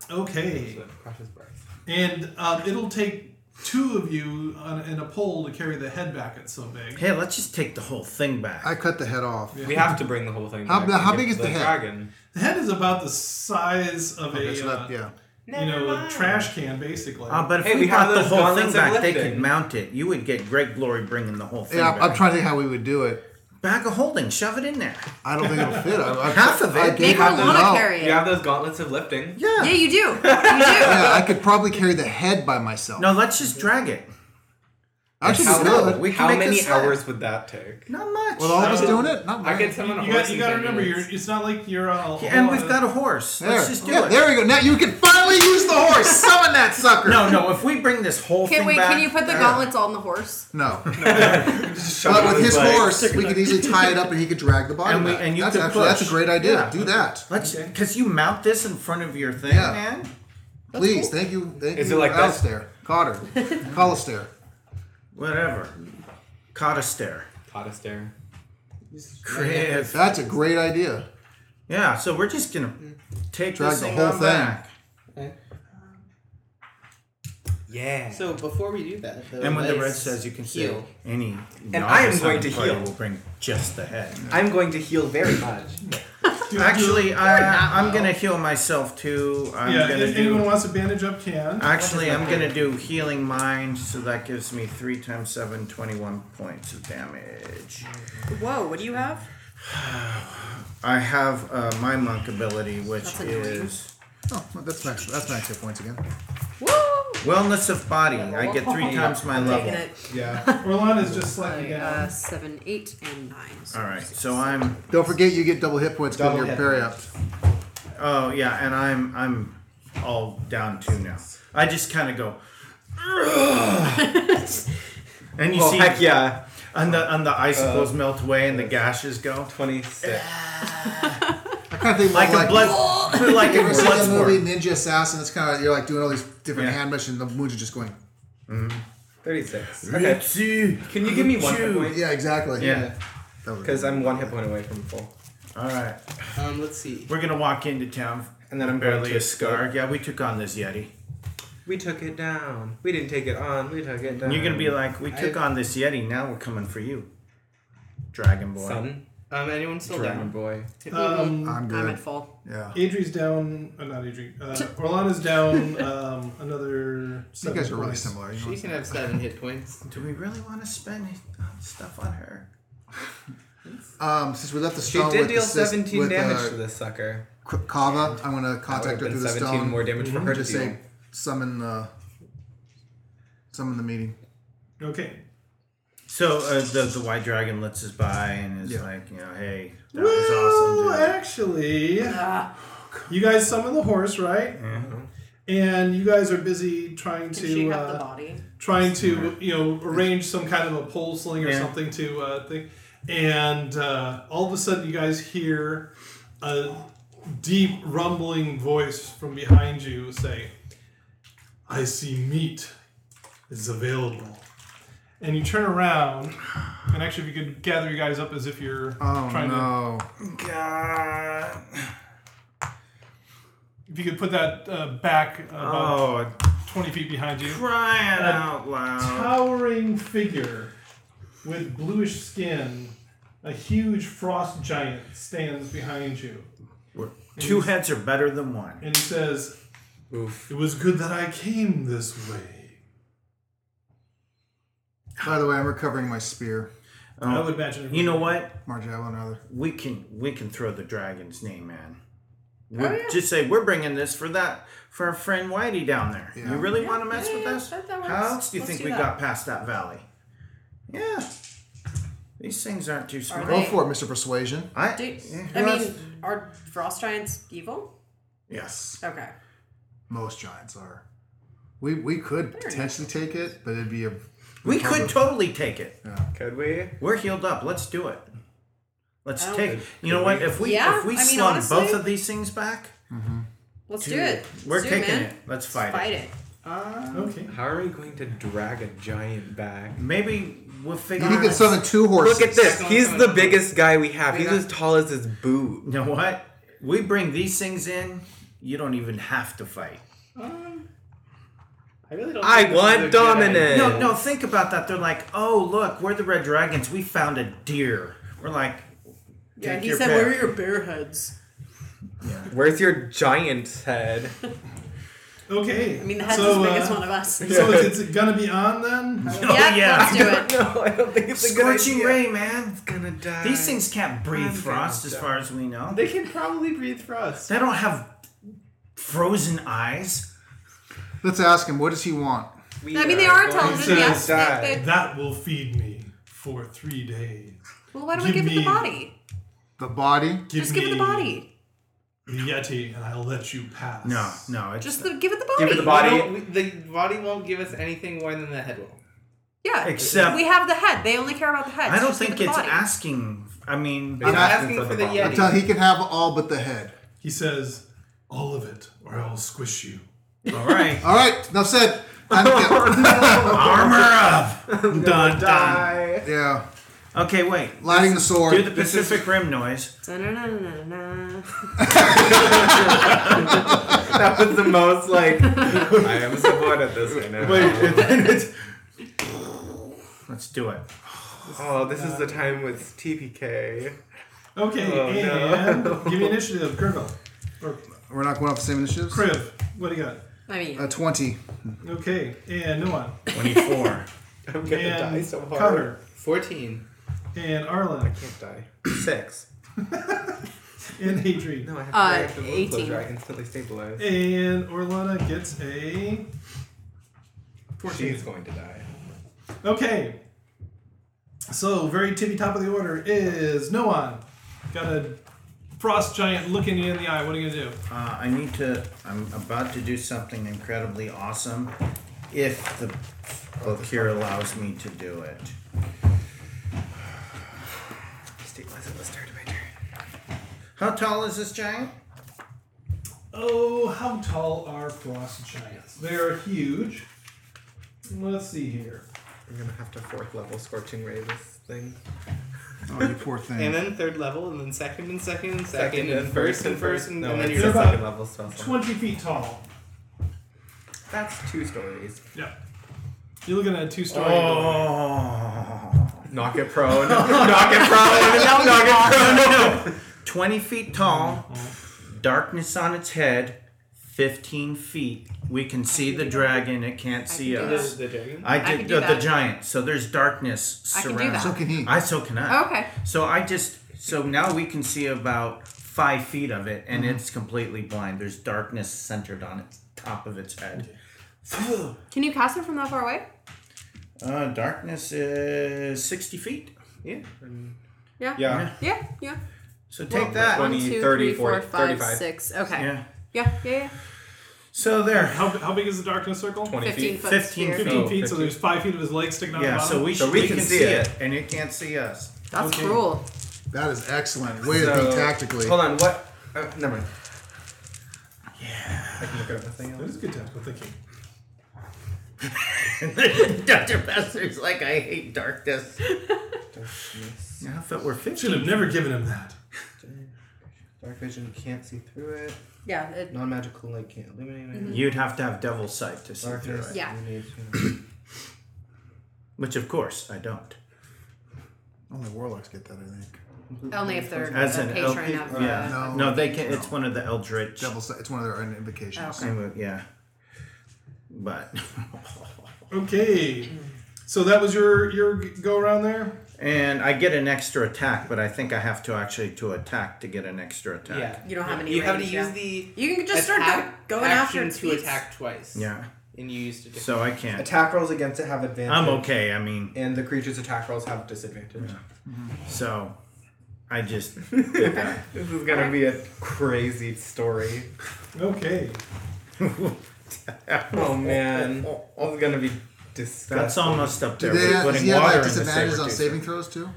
[SPEAKER 1] Okay,
[SPEAKER 7] Crushes breath.
[SPEAKER 1] and um, it'll take two of you on, in a pole to carry the head back. It's so big.
[SPEAKER 3] Hey, let's just take the whole thing back.
[SPEAKER 4] I cut the head off.
[SPEAKER 7] We have to bring the whole thing.
[SPEAKER 4] How-
[SPEAKER 7] back to
[SPEAKER 4] how
[SPEAKER 7] get
[SPEAKER 4] big is the head?
[SPEAKER 7] dragon?
[SPEAKER 1] The head is about the size of
[SPEAKER 4] Okay,
[SPEAKER 1] a
[SPEAKER 4] so
[SPEAKER 1] uh,
[SPEAKER 4] that, yeah.
[SPEAKER 1] you know a trash can, basically.
[SPEAKER 3] Uh, but if
[SPEAKER 7] Hey,
[SPEAKER 3] we,
[SPEAKER 7] we have
[SPEAKER 3] brought the
[SPEAKER 7] those
[SPEAKER 3] whole thing
[SPEAKER 7] gauntlets of
[SPEAKER 3] back, they
[SPEAKER 7] lifting.
[SPEAKER 3] could mount it. You would get great glory bringing the whole thing
[SPEAKER 4] Yeah,
[SPEAKER 3] back.
[SPEAKER 4] I'm trying to think how we would do it.
[SPEAKER 3] Bag of holding, shove it in there.
[SPEAKER 4] I don't think it'll fit. I, I,
[SPEAKER 3] Half of
[SPEAKER 4] I
[SPEAKER 3] it.
[SPEAKER 4] gave
[SPEAKER 2] Make
[SPEAKER 4] it
[SPEAKER 2] her
[SPEAKER 4] an
[SPEAKER 2] want to
[SPEAKER 4] out.
[SPEAKER 2] carry it.
[SPEAKER 7] You have those gauntlets of lifting.
[SPEAKER 3] Yeah.
[SPEAKER 2] Yeah, you do. You do.
[SPEAKER 4] Yeah, I could probably carry the head by myself.
[SPEAKER 3] No, let's just drag it.
[SPEAKER 4] Actually,
[SPEAKER 7] how,
[SPEAKER 4] good.
[SPEAKER 3] We can
[SPEAKER 7] how
[SPEAKER 3] make
[SPEAKER 7] many
[SPEAKER 3] this work.
[SPEAKER 7] hours would that take?
[SPEAKER 3] Not much.
[SPEAKER 4] With all of us
[SPEAKER 7] I
[SPEAKER 4] doing it, not
[SPEAKER 7] I could
[SPEAKER 4] bad.
[SPEAKER 7] summon a
[SPEAKER 1] You
[SPEAKER 7] horse.
[SPEAKER 1] got, you
[SPEAKER 7] in
[SPEAKER 1] got to
[SPEAKER 7] 10
[SPEAKER 1] remember, you're,
[SPEAKER 7] minutes.
[SPEAKER 1] it's not like you're on. a-
[SPEAKER 3] Yeah, and
[SPEAKER 1] on
[SPEAKER 3] we've got a horse.
[SPEAKER 4] There.
[SPEAKER 3] Let's just do
[SPEAKER 4] yeah,
[SPEAKER 3] it.
[SPEAKER 4] there we go. Now you can finally use the horse. Summon that sucker.
[SPEAKER 3] No, no. If we bring this whole
[SPEAKER 2] Can
[SPEAKER 3] thing
[SPEAKER 2] wait?
[SPEAKER 3] back,
[SPEAKER 2] Can you put the
[SPEAKER 3] there.
[SPEAKER 2] gauntlets on the horse?
[SPEAKER 4] No.
[SPEAKER 7] Shove
[SPEAKER 4] But
[SPEAKER 7] it
[SPEAKER 4] with
[SPEAKER 7] in
[SPEAKER 4] his
[SPEAKER 7] leg.
[SPEAKER 4] horse, we could easily tie it up and he could drag the body.
[SPEAKER 3] And we-
[SPEAKER 4] back.
[SPEAKER 3] and you
[SPEAKER 4] that's
[SPEAKER 3] could
[SPEAKER 4] actually that's a
[SPEAKER 3] push.
[SPEAKER 4] great idea.
[SPEAKER 3] Yeah.
[SPEAKER 4] Do that.
[SPEAKER 3] Let's,
[SPEAKER 1] Okay.
[SPEAKER 3] because you mount this in front of your thing,
[SPEAKER 4] Yeah.
[SPEAKER 3] man.
[SPEAKER 4] Please, thank you. Thank
[SPEAKER 7] Is
[SPEAKER 4] you,
[SPEAKER 7] it like that?
[SPEAKER 4] Alistair. Cotter. Colistair.
[SPEAKER 3] Whatever. Codister.
[SPEAKER 7] Potister.
[SPEAKER 3] Criv.
[SPEAKER 4] That's a great idea.
[SPEAKER 3] Yeah. So we're just gonna take
[SPEAKER 4] Drag
[SPEAKER 3] this
[SPEAKER 4] the
[SPEAKER 3] thing
[SPEAKER 4] whole
[SPEAKER 3] on
[SPEAKER 4] thing.
[SPEAKER 3] back.
[SPEAKER 5] Okay.
[SPEAKER 7] Yeah.
[SPEAKER 5] So before we do that, though,
[SPEAKER 3] And when the red
[SPEAKER 5] let's
[SPEAKER 3] says you can
[SPEAKER 5] heal.
[SPEAKER 3] heal any,
[SPEAKER 7] And I
[SPEAKER 3] novice
[SPEAKER 7] am going
[SPEAKER 3] on
[SPEAKER 7] to
[SPEAKER 3] the party
[SPEAKER 7] heal.
[SPEAKER 3] Will bring just the head.
[SPEAKER 7] I'm going to heal very much.
[SPEAKER 1] Do- do-
[SPEAKER 3] Actually, I, I'm gonna heal myself too. I'm
[SPEAKER 1] yeah,
[SPEAKER 3] gonna
[SPEAKER 1] if
[SPEAKER 3] do.
[SPEAKER 1] anyone wants to bandage up, can.
[SPEAKER 3] Actually, I'm going to do Healing Mind, so that gives me 3 times 7, 21 points of damage.
[SPEAKER 2] Whoa! What do you have?
[SPEAKER 3] I have uh, my monk ability, which
[SPEAKER 2] That's a dream.
[SPEAKER 3] is
[SPEAKER 4] Oh, well, that's max. That's max hit points again.
[SPEAKER 2] Woo!
[SPEAKER 3] Wellness of Body. I get 3 times my
[SPEAKER 2] Taking
[SPEAKER 3] level.
[SPEAKER 2] it.
[SPEAKER 7] yeah.
[SPEAKER 1] Orlan is just slightly
[SPEAKER 2] Like,
[SPEAKER 1] down.
[SPEAKER 2] uh, seven, eight, and nine. So
[SPEAKER 3] Alright,
[SPEAKER 2] six.
[SPEAKER 3] so I'm.
[SPEAKER 4] Don't forget, you get double hit points because
[SPEAKER 7] Double
[SPEAKER 4] you're
[SPEAKER 7] hit
[SPEAKER 4] parry up.
[SPEAKER 3] Oh, yeah, and I'm I'm all down 2 now. I just kind of go. "Ugh." and you
[SPEAKER 7] Oh,
[SPEAKER 3] see.
[SPEAKER 7] heck yeah.
[SPEAKER 3] And the, and the icicles melt away and the gashes go.
[SPEAKER 7] 26.
[SPEAKER 4] I kind of think
[SPEAKER 3] Like
[SPEAKER 4] more like
[SPEAKER 3] a blood. like
[SPEAKER 4] You
[SPEAKER 3] a
[SPEAKER 4] ever seen
[SPEAKER 3] blood
[SPEAKER 4] that movie
[SPEAKER 3] sport.
[SPEAKER 4] Ninja Assassin? It's kind of you're like doing all these different
[SPEAKER 3] Yeah.
[SPEAKER 4] hand motions, and the moons are just going.
[SPEAKER 7] 36. Okay. Can you give me one hit point?
[SPEAKER 4] Yeah, exactly.
[SPEAKER 3] Yeah.
[SPEAKER 4] That was-
[SPEAKER 7] Because I'm one hit point away from full.
[SPEAKER 3] Alright.
[SPEAKER 5] Um, let's see.
[SPEAKER 3] We're gonna walk into town,
[SPEAKER 7] And then I'm going
[SPEAKER 3] barely
[SPEAKER 7] to
[SPEAKER 3] a scar. Yeah, we took on this yeti.
[SPEAKER 7] We took it down. We didn't take it on. We took it down.
[SPEAKER 3] And you're gonna be like, we took on this yeti. Now we're coming for you, Dragon Boy.
[SPEAKER 7] son.
[SPEAKER 5] Um, anyone still
[SPEAKER 7] Dragon
[SPEAKER 5] down?
[SPEAKER 7] boy.
[SPEAKER 5] uh,
[SPEAKER 4] I'm
[SPEAKER 1] Um,
[SPEAKER 2] I'm at
[SPEAKER 4] good.
[SPEAKER 2] full.
[SPEAKER 4] Yeah.
[SPEAKER 1] Adri's down. Uh, not Adri. Uh, Orlan is down um, another.
[SPEAKER 4] You
[SPEAKER 1] seven
[SPEAKER 4] guys are really
[SPEAKER 1] points.
[SPEAKER 4] similar. You
[SPEAKER 5] She
[SPEAKER 4] know?
[SPEAKER 5] can have seven hit points.
[SPEAKER 3] Do we really want to spend uh, stuff on her?
[SPEAKER 4] Um, since we left the
[SPEAKER 7] She
[SPEAKER 4] stone
[SPEAKER 7] did
[SPEAKER 4] with
[SPEAKER 7] deal
[SPEAKER 4] the sis-
[SPEAKER 7] 17
[SPEAKER 4] with,
[SPEAKER 7] damage
[SPEAKER 4] uh,
[SPEAKER 7] to this sucker.
[SPEAKER 4] K- Kava, I'm gonna
[SPEAKER 7] That would
[SPEAKER 4] contact her
[SPEAKER 7] been
[SPEAKER 4] through the
[SPEAKER 7] 17
[SPEAKER 4] stone. Mm-hmm.
[SPEAKER 7] more damage for her to
[SPEAKER 4] Just
[SPEAKER 7] deal.
[SPEAKER 4] say, summon, uh, summon the meeting.
[SPEAKER 1] Okay.
[SPEAKER 3] So uh, the the white dragon lets us by and is
[SPEAKER 4] Yeah.
[SPEAKER 3] like, you know, hey, that
[SPEAKER 1] well,
[SPEAKER 3] was awesome. Dude.
[SPEAKER 1] actually,
[SPEAKER 2] Ah.
[SPEAKER 1] you guys summon the horse, right?
[SPEAKER 3] Mm-hmm.
[SPEAKER 1] And you guys are busy trying
[SPEAKER 2] Can
[SPEAKER 1] to
[SPEAKER 2] she have
[SPEAKER 1] uh,
[SPEAKER 2] the body?
[SPEAKER 1] trying to you know arrange some kind of a pole sling or
[SPEAKER 3] Yeah.
[SPEAKER 1] something to uh, thing, and uh, all of a sudden you guys hear a deep rumbling voice from behind you say, "I see meat is available," and you turn around. And actually, if you could gather you guys up as if you're
[SPEAKER 4] Oh
[SPEAKER 1] trying to,
[SPEAKER 4] no!
[SPEAKER 3] God.
[SPEAKER 1] if you could put that uh, back about
[SPEAKER 3] Oh,
[SPEAKER 1] 20 feet behind you.
[SPEAKER 3] crying out loud.
[SPEAKER 1] towering figure with bluish skin, a huge frost giant stands behind you.
[SPEAKER 3] Two heads are better than one.
[SPEAKER 1] And he says,
[SPEAKER 7] Oof.
[SPEAKER 1] It was good that I came this way.
[SPEAKER 4] By the way, I'm recovering my spear,
[SPEAKER 1] I would imagine.
[SPEAKER 3] You know what?
[SPEAKER 4] my javelin rather.
[SPEAKER 3] we can we can throw the dragon's name in.
[SPEAKER 2] Oh,
[SPEAKER 3] We're, Just say we're bringing this for that for our friend Whitey down there. You really want to mess
[SPEAKER 2] yeah,
[SPEAKER 3] with
[SPEAKER 2] yeah,
[SPEAKER 3] us?
[SPEAKER 2] that- that works.
[SPEAKER 3] How else do you
[SPEAKER 2] Let's
[SPEAKER 3] think
[SPEAKER 2] do
[SPEAKER 3] we
[SPEAKER 2] that.
[SPEAKER 3] got past that valley? Yeah, these things aren't too smart.
[SPEAKER 4] Go
[SPEAKER 2] Hey.
[SPEAKER 4] for it, Mr. Persuasion.
[SPEAKER 3] I,
[SPEAKER 2] Do,
[SPEAKER 3] yeah, who
[SPEAKER 2] I
[SPEAKER 3] else?
[SPEAKER 2] mean, are frost giants evil?
[SPEAKER 3] yes.
[SPEAKER 2] Okay.
[SPEAKER 4] Most giants are. We we could potentially take it, but it'd be a
[SPEAKER 3] We could totally take it.
[SPEAKER 7] Could we?
[SPEAKER 3] We're healed up. Let's do it. Let's
[SPEAKER 2] I don't-
[SPEAKER 3] take. You know what? If we
[SPEAKER 2] Yeah,
[SPEAKER 3] if we
[SPEAKER 2] I mean,
[SPEAKER 3] slung
[SPEAKER 2] honestly-
[SPEAKER 3] both of these things back,
[SPEAKER 2] Let's do
[SPEAKER 3] dude,
[SPEAKER 2] it.
[SPEAKER 3] We're
[SPEAKER 2] Let's do
[SPEAKER 3] taking
[SPEAKER 2] it, man.
[SPEAKER 3] it. Let's fight,
[SPEAKER 2] Fight
[SPEAKER 3] it.
[SPEAKER 2] it.
[SPEAKER 1] Okay.
[SPEAKER 7] How are we going to drag a giant back?
[SPEAKER 3] Maybe we'll figure.
[SPEAKER 4] You could
[SPEAKER 3] out-
[SPEAKER 4] summon two horses.
[SPEAKER 7] Look at this.
[SPEAKER 5] Second
[SPEAKER 7] He's
[SPEAKER 5] one.
[SPEAKER 7] the biggest guy we have.
[SPEAKER 5] We
[SPEAKER 7] He's
[SPEAKER 5] got-
[SPEAKER 7] as tall as his boot.
[SPEAKER 3] You know what? We bring these things in, you don't even have to fight.
[SPEAKER 5] I really don't.
[SPEAKER 7] I
[SPEAKER 5] think this is a
[SPEAKER 7] want
[SPEAKER 5] good
[SPEAKER 7] dominant.
[SPEAKER 3] No, no, think about that. They're like, oh, look, we're the Red Dragons. We found a deer. We're like,
[SPEAKER 2] Yeah,
[SPEAKER 3] Take
[SPEAKER 2] he
[SPEAKER 3] your
[SPEAKER 2] said,
[SPEAKER 3] pick.
[SPEAKER 2] "Where are your bear heads?"
[SPEAKER 7] Where's your giant's head?
[SPEAKER 1] Okay.
[SPEAKER 2] I mean, the head's
[SPEAKER 1] so,
[SPEAKER 2] as big as
[SPEAKER 1] uh,
[SPEAKER 2] one of us. Yeah,
[SPEAKER 1] So it's, it's gonna be on then?
[SPEAKER 3] oh, yeah.
[SPEAKER 2] let's do it.
[SPEAKER 7] no, I don't think it's
[SPEAKER 3] Scorching ray, man.
[SPEAKER 7] gonna die.
[SPEAKER 3] These things can't breathe
[SPEAKER 7] I'm
[SPEAKER 3] frost, as
[SPEAKER 7] gonna die.
[SPEAKER 3] far as we know.
[SPEAKER 5] They can probably breathe frost.
[SPEAKER 3] They don't have frozen eyes.
[SPEAKER 4] Let's ask him. What does he want?
[SPEAKER 7] We
[SPEAKER 2] I mean,
[SPEAKER 5] uh,
[SPEAKER 2] they are
[SPEAKER 7] going
[SPEAKER 2] intelligent,
[SPEAKER 7] to
[SPEAKER 2] yes, they-
[SPEAKER 7] die.
[SPEAKER 2] they-
[SPEAKER 1] That will feed me for three days.
[SPEAKER 2] Well, why don't we
[SPEAKER 1] Give
[SPEAKER 2] give it the
[SPEAKER 1] me-
[SPEAKER 2] body?
[SPEAKER 4] The body.
[SPEAKER 1] Give
[SPEAKER 2] Just give it the
[SPEAKER 1] me
[SPEAKER 2] body.
[SPEAKER 1] The Yeti, and I'll let you pass.
[SPEAKER 3] No, no, it's
[SPEAKER 2] Just the, give it the body.
[SPEAKER 7] Give it the
[SPEAKER 5] Why
[SPEAKER 7] body.
[SPEAKER 5] don't we- the body won't give us anything more than the head will.
[SPEAKER 2] Yeah.
[SPEAKER 3] Except-
[SPEAKER 2] we have the head. They only care about the head.
[SPEAKER 3] I
[SPEAKER 2] so
[SPEAKER 3] don't
[SPEAKER 2] just give
[SPEAKER 3] think
[SPEAKER 2] it the
[SPEAKER 3] it's
[SPEAKER 2] body.
[SPEAKER 3] asking. I mean,
[SPEAKER 5] I'm
[SPEAKER 4] It's
[SPEAKER 5] asking for the
[SPEAKER 7] body.
[SPEAKER 5] Yeti.
[SPEAKER 4] Until he can have all but the head.
[SPEAKER 1] He says, all of it, or I'll squish you.
[SPEAKER 3] all right,
[SPEAKER 4] All right, enough said. I'm go-
[SPEAKER 3] armor up. dun, dun.
[SPEAKER 7] Die.
[SPEAKER 4] yeah,
[SPEAKER 3] Okay, wait.
[SPEAKER 4] lighting the sword.
[SPEAKER 3] Do the Pacific Rim noise.
[SPEAKER 2] Da-na-na-na-na.
[SPEAKER 7] That was the most like I am so bored at this right now.
[SPEAKER 3] Let's do it.
[SPEAKER 7] Oh, this is the time with TPK.
[SPEAKER 1] Okay,
[SPEAKER 7] Oh,
[SPEAKER 1] and
[SPEAKER 7] no.
[SPEAKER 1] give me initiative, Gurgle. Or
[SPEAKER 4] We're not going off the same initiatives.
[SPEAKER 1] Kriv, what do you got?
[SPEAKER 2] I mean,
[SPEAKER 4] Uh, Twenty.
[SPEAKER 1] Okay, and Nuan.
[SPEAKER 3] Twenty-four.
[SPEAKER 7] I'm gonna
[SPEAKER 1] And
[SPEAKER 7] die so hard.
[SPEAKER 1] Cutter.
[SPEAKER 5] 14.
[SPEAKER 1] And Arlen.
[SPEAKER 7] Can't die. Six.
[SPEAKER 1] And Hadrian.
[SPEAKER 7] No, I have
[SPEAKER 2] Uh,
[SPEAKER 7] to react to wound closure.
[SPEAKER 2] 18.
[SPEAKER 7] I instantly stabilize.
[SPEAKER 1] And Orlana gets a 14.
[SPEAKER 7] She's going to die.
[SPEAKER 1] Okay. So, very tippy top of the order is Noan. Got a frost giant looking you in the eye. What are you going to do?
[SPEAKER 3] Uh, I need to. I'm about to do something incredibly awesome, if the book here allows me to do it.
[SPEAKER 7] Stabilize at the start of my turn.
[SPEAKER 3] How tall is this giant?
[SPEAKER 1] Oh, how tall are frost giants? They're huge. Let's see here.
[SPEAKER 7] I'm gonna have to fourth level scorching ray this thing.
[SPEAKER 4] Oh, you poor thing.
[SPEAKER 5] And then third level, and then second and second and second,
[SPEAKER 7] Second
[SPEAKER 5] and first and first, and,
[SPEAKER 7] no,
[SPEAKER 5] and then
[SPEAKER 7] it's
[SPEAKER 5] you're
[SPEAKER 7] a
[SPEAKER 1] about
[SPEAKER 7] second level spell. slot.
[SPEAKER 1] 20 feet tall.
[SPEAKER 7] That's two stories.
[SPEAKER 1] Yeah. You're looking at a two story.
[SPEAKER 3] Oh.
[SPEAKER 7] Knock it prone. knock it prone. knock it prone.
[SPEAKER 3] no, no. 20 feet tall, darkness on its head, 15 feet. We can see the dragon, it can't see
[SPEAKER 2] can do
[SPEAKER 5] the,
[SPEAKER 3] us.
[SPEAKER 2] that.
[SPEAKER 5] the dragon.
[SPEAKER 3] I
[SPEAKER 2] I
[SPEAKER 3] did uh,
[SPEAKER 2] can do
[SPEAKER 3] the
[SPEAKER 2] that.
[SPEAKER 3] giant, so there's darkness
[SPEAKER 2] I can do
[SPEAKER 3] surrounding.
[SPEAKER 4] so can he.
[SPEAKER 3] I so can I.
[SPEAKER 2] okay.
[SPEAKER 3] So I just so now we can see about five feet of it, and
[SPEAKER 7] Mm-hmm.
[SPEAKER 3] it's completely blind. There's darkness centered on its top of its head.
[SPEAKER 2] Can you cast it from that far away?
[SPEAKER 3] Uh, darkness is 60 feet.
[SPEAKER 7] Yeah.
[SPEAKER 2] Yeah.
[SPEAKER 7] Yeah.
[SPEAKER 2] Yeah. Yeah.
[SPEAKER 3] So take
[SPEAKER 7] Well,
[SPEAKER 3] that.
[SPEAKER 7] one- 20, 30, 40, 35.
[SPEAKER 2] 6. Okay. Yeah.
[SPEAKER 3] Yeah.
[SPEAKER 2] Yeah. Yeah.
[SPEAKER 3] So there.
[SPEAKER 1] How, how big is the darkness circle?
[SPEAKER 7] 20
[SPEAKER 2] 15
[SPEAKER 7] feet.
[SPEAKER 2] foot
[SPEAKER 3] 15
[SPEAKER 2] sphere.
[SPEAKER 3] feet.
[SPEAKER 1] 15
[SPEAKER 7] Oh,
[SPEAKER 1] feet, so
[SPEAKER 7] 15.
[SPEAKER 1] there's 5 feet of his legs sticking out
[SPEAKER 3] Yeah,
[SPEAKER 1] the bottom.
[SPEAKER 3] so we,
[SPEAKER 7] So
[SPEAKER 3] sh-
[SPEAKER 7] we
[SPEAKER 3] we
[SPEAKER 7] can
[SPEAKER 3] can
[SPEAKER 7] see
[SPEAKER 3] see
[SPEAKER 7] it.
[SPEAKER 3] it, and it can't see us.
[SPEAKER 2] That's
[SPEAKER 1] Okay.
[SPEAKER 2] cruel.
[SPEAKER 4] That is excellent. Way to
[SPEAKER 7] So-
[SPEAKER 4] think tactically.
[SPEAKER 7] Hold on, what? Uh, never mind. Yeah. I can look up nothing
[SPEAKER 1] That
[SPEAKER 7] else.
[SPEAKER 1] is good tactical thinking.
[SPEAKER 3] Dr. Bessler's like, I hate darkness. Now, if it were
[SPEAKER 1] Should
[SPEAKER 3] 15,
[SPEAKER 1] have never given him that.
[SPEAKER 7] Dark vision can't see through it.
[SPEAKER 2] Yeah. It,
[SPEAKER 7] Non magical light can't illuminate it.
[SPEAKER 3] you'd have to have devil's sight to see through it.
[SPEAKER 7] Darkness
[SPEAKER 2] Yeah.
[SPEAKER 7] illuminates
[SPEAKER 3] Which, of course, I don't.
[SPEAKER 4] Only warlocks get that, I think.
[SPEAKER 7] it.
[SPEAKER 2] only if they're
[SPEAKER 3] As
[SPEAKER 2] a
[SPEAKER 3] an LP
[SPEAKER 2] patron of.
[SPEAKER 3] yeah.
[SPEAKER 2] Uh,
[SPEAKER 4] No.
[SPEAKER 3] No, they can. It's one of the eldritch.
[SPEAKER 4] Devil. si- It's one of their invocations.
[SPEAKER 2] Okay.
[SPEAKER 3] Same with- Yeah. But.
[SPEAKER 1] Okay.
[SPEAKER 4] Hmm.
[SPEAKER 1] So that was your your go around there?
[SPEAKER 3] and I get an extra attack, but I think I have to actually to attack to get an extra attack.
[SPEAKER 5] Yeah.
[SPEAKER 2] You don't have any
[SPEAKER 5] You have to
[SPEAKER 2] range,
[SPEAKER 5] use
[SPEAKER 2] yeah.
[SPEAKER 5] the
[SPEAKER 2] You can just start
[SPEAKER 5] attack
[SPEAKER 2] go, going after
[SPEAKER 5] action
[SPEAKER 2] its
[SPEAKER 5] to
[SPEAKER 2] feet.
[SPEAKER 5] attack twice.
[SPEAKER 3] Yeah.
[SPEAKER 5] And you used a different.
[SPEAKER 3] So I can't.
[SPEAKER 7] Attack rolls against it have advantage.
[SPEAKER 3] I'm okay. I mean,
[SPEAKER 7] And the creature's attack rolls have disadvantage.
[SPEAKER 3] so I just.
[SPEAKER 7] This is gonna be a crazy story.
[SPEAKER 1] Okay.
[SPEAKER 7] Oh man. This is gonna be disgusting.
[SPEAKER 3] That's almost up there.
[SPEAKER 4] Do
[SPEAKER 3] with
[SPEAKER 4] they have, does
[SPEAKER 3] putting
[SPEAKER 4] he have
[SPEAKER 3] water
[SPEAKER 4] like
[SPEAKER 3] in the
[SPEAKER 4] disadvantages
[SPEAKER 3] saber
[SPEAKER 4] on
[SPEAKER 3] tooth.
[SPEAKER 4] saving throws too?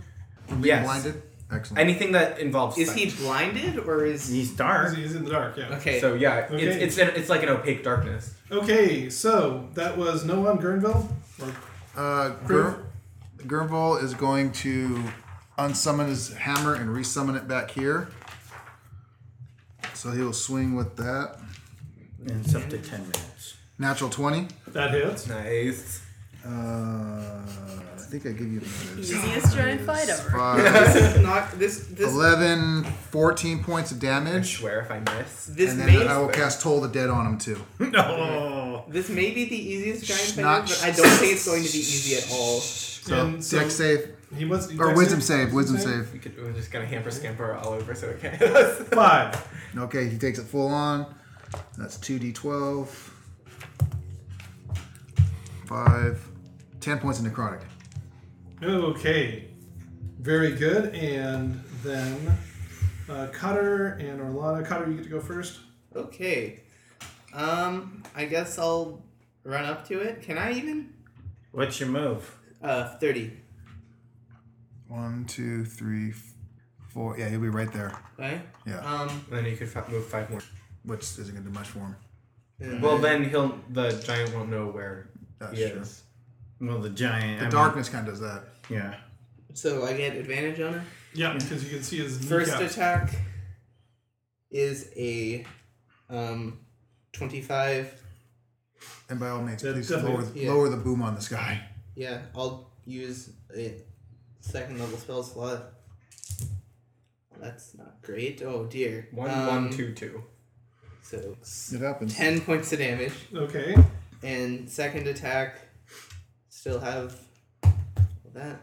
[SPEAKER 4] From being
[SPEAKER 7] Yes.
[SPEAKER 4] blinded. Excellent.
[SPEAKER 7] Anything that involves
[SPEAKER 5] is
[SPEAKER 7] sight.
[SPEAKER 5] he blinded or is
[SPEAKER 3] He's
[SPEAKER 1] He's,
[SPEAKER 3] dark.
[SPEAKER 1] he's in the dark, yeah.
[SPEAKER 5] okay?
[SPEAKER 7] So yeah,
[SPEAKER 1] Okay.
[SPEAKER 7] it's it's, an, it's like an opaque darkness.
[SPEAKER 1] Okay, so that was Noam Gurnville. Or
[SPEAKER 4] Uh, Gur- Gurnvall is going to unsummon his hammer and resummon it back here. So he will swing with that.
[SPEAKER 3] And it's up to 10 minutes.
[SPEAKER 4] Natural 20.
[SPEAKER 1] that hits.
[SPEAKER 7] Nice.
[SPEAKER 4] Uh, I think I give you the
[SPEAKER 2] Easiest giant fight ever.
[SPEAKER 4] Five,
[SPEAKER 5] this is not this this
[SPEAKER 4] 11, 14 points of
[SPEAKER 7] I
[SPEAKER 4] damage.
[SPEAKER 7] swear if I miss.
[SPEAKER 5] this
[SPEAKER 4] And
[SPEAKER 5] may
[SPEAKER 4] then I will cast Toll the Dead on him too.
[SPEAKER 3] No.
[SPEAKER 5] this may be the easiest giant fight,
[SPEAKER 4] Not-
[SPEAKER 5] but I don't think it's going to be easy at all.
[SPEAKER 4] So,
[SPEAKER 1] And so-
[SPEAKER 4] deck save.
[SPEAKER 1] He was he
[SPEAKER 4] Or
[SPEAKER 1] dex
[SPEAKER 4] wisdom save. Wisdom
[SPEAKER 1] Wisdom
[SPEAKER 4] save.
[SPEAKER 7] We could, we're just gonna hamper scamper all over so it can't hit us.
[SPEAKER 1] Five.
[SPEAKER 4] Okay, he takes it full on. That's 2d12. five, ten points of necrotic.
[SPEAKER 1] Okay. Very good. And then uh, Cutter and Orlana. Cutter, you get to go first.
[SPEAKER 5] Okay. Um, I guess I'll run up to it. Can I even?
[SPEAKER 3] What's your move?
[SPEAKER 5] Uh, 30.
[SPEAKER 4] One, two, three, f- four. Yeah, he'll be right there.
[SPEAKER 5] Okay?
[SPEAKER 4] Yeah.
[SPEAKER 5] Um,
[SPEAKER 7] then you could fa- move five more.
[SPEAKER 4] Which isn't gonna do much for him.
[SPEAKER 5] and
[SPEAKER 7] Well, then he'll the giant won't know where
[SPEAKER 4] That's
[SPEAKER 7] he
[SPEAKER 4] true.
[SPEAKER 7] is.
[SPEAKER 3] Well, the giant.
[SPEAKER 4] The
[SPEAKER 3] I
[SPEAKER 4] darkness kind of does that.
[SPEAKER 3] Mean, yeah.
[SPEAKER 5] So I get advantage on it.
[SPEAKER 1] Yeah, because you can see his
[SPEAKER 5] First
[SPEAKER 1] kneecap.
[SPEAKER 5] attack is a um, 25.
[SPEAKER 4] And by all means,
[SPEAKER 1] That
[SPEAKER 4] please
[SPEAKER 1] definitely-
[SPEAKER 4] lower, the-
[SPEAKER 5] yeah.
[SPEAKER 4] lower the boom on this guy.
[SPEAKER 5] Yeah, I'll use a second level spell slot. That's not great. Oh dear.
[SPEAKER 7] One,
[SPEAKER 5] Um,
[SPEAKER 7] one, two, two.
[SPEAKER 5] So
[SPEAKER 4] It happens.
[SPEAKER 5] 10 points of damage.
[SPEAKER 1] Okay.
[SPEAKER 5] And second attack, still have that.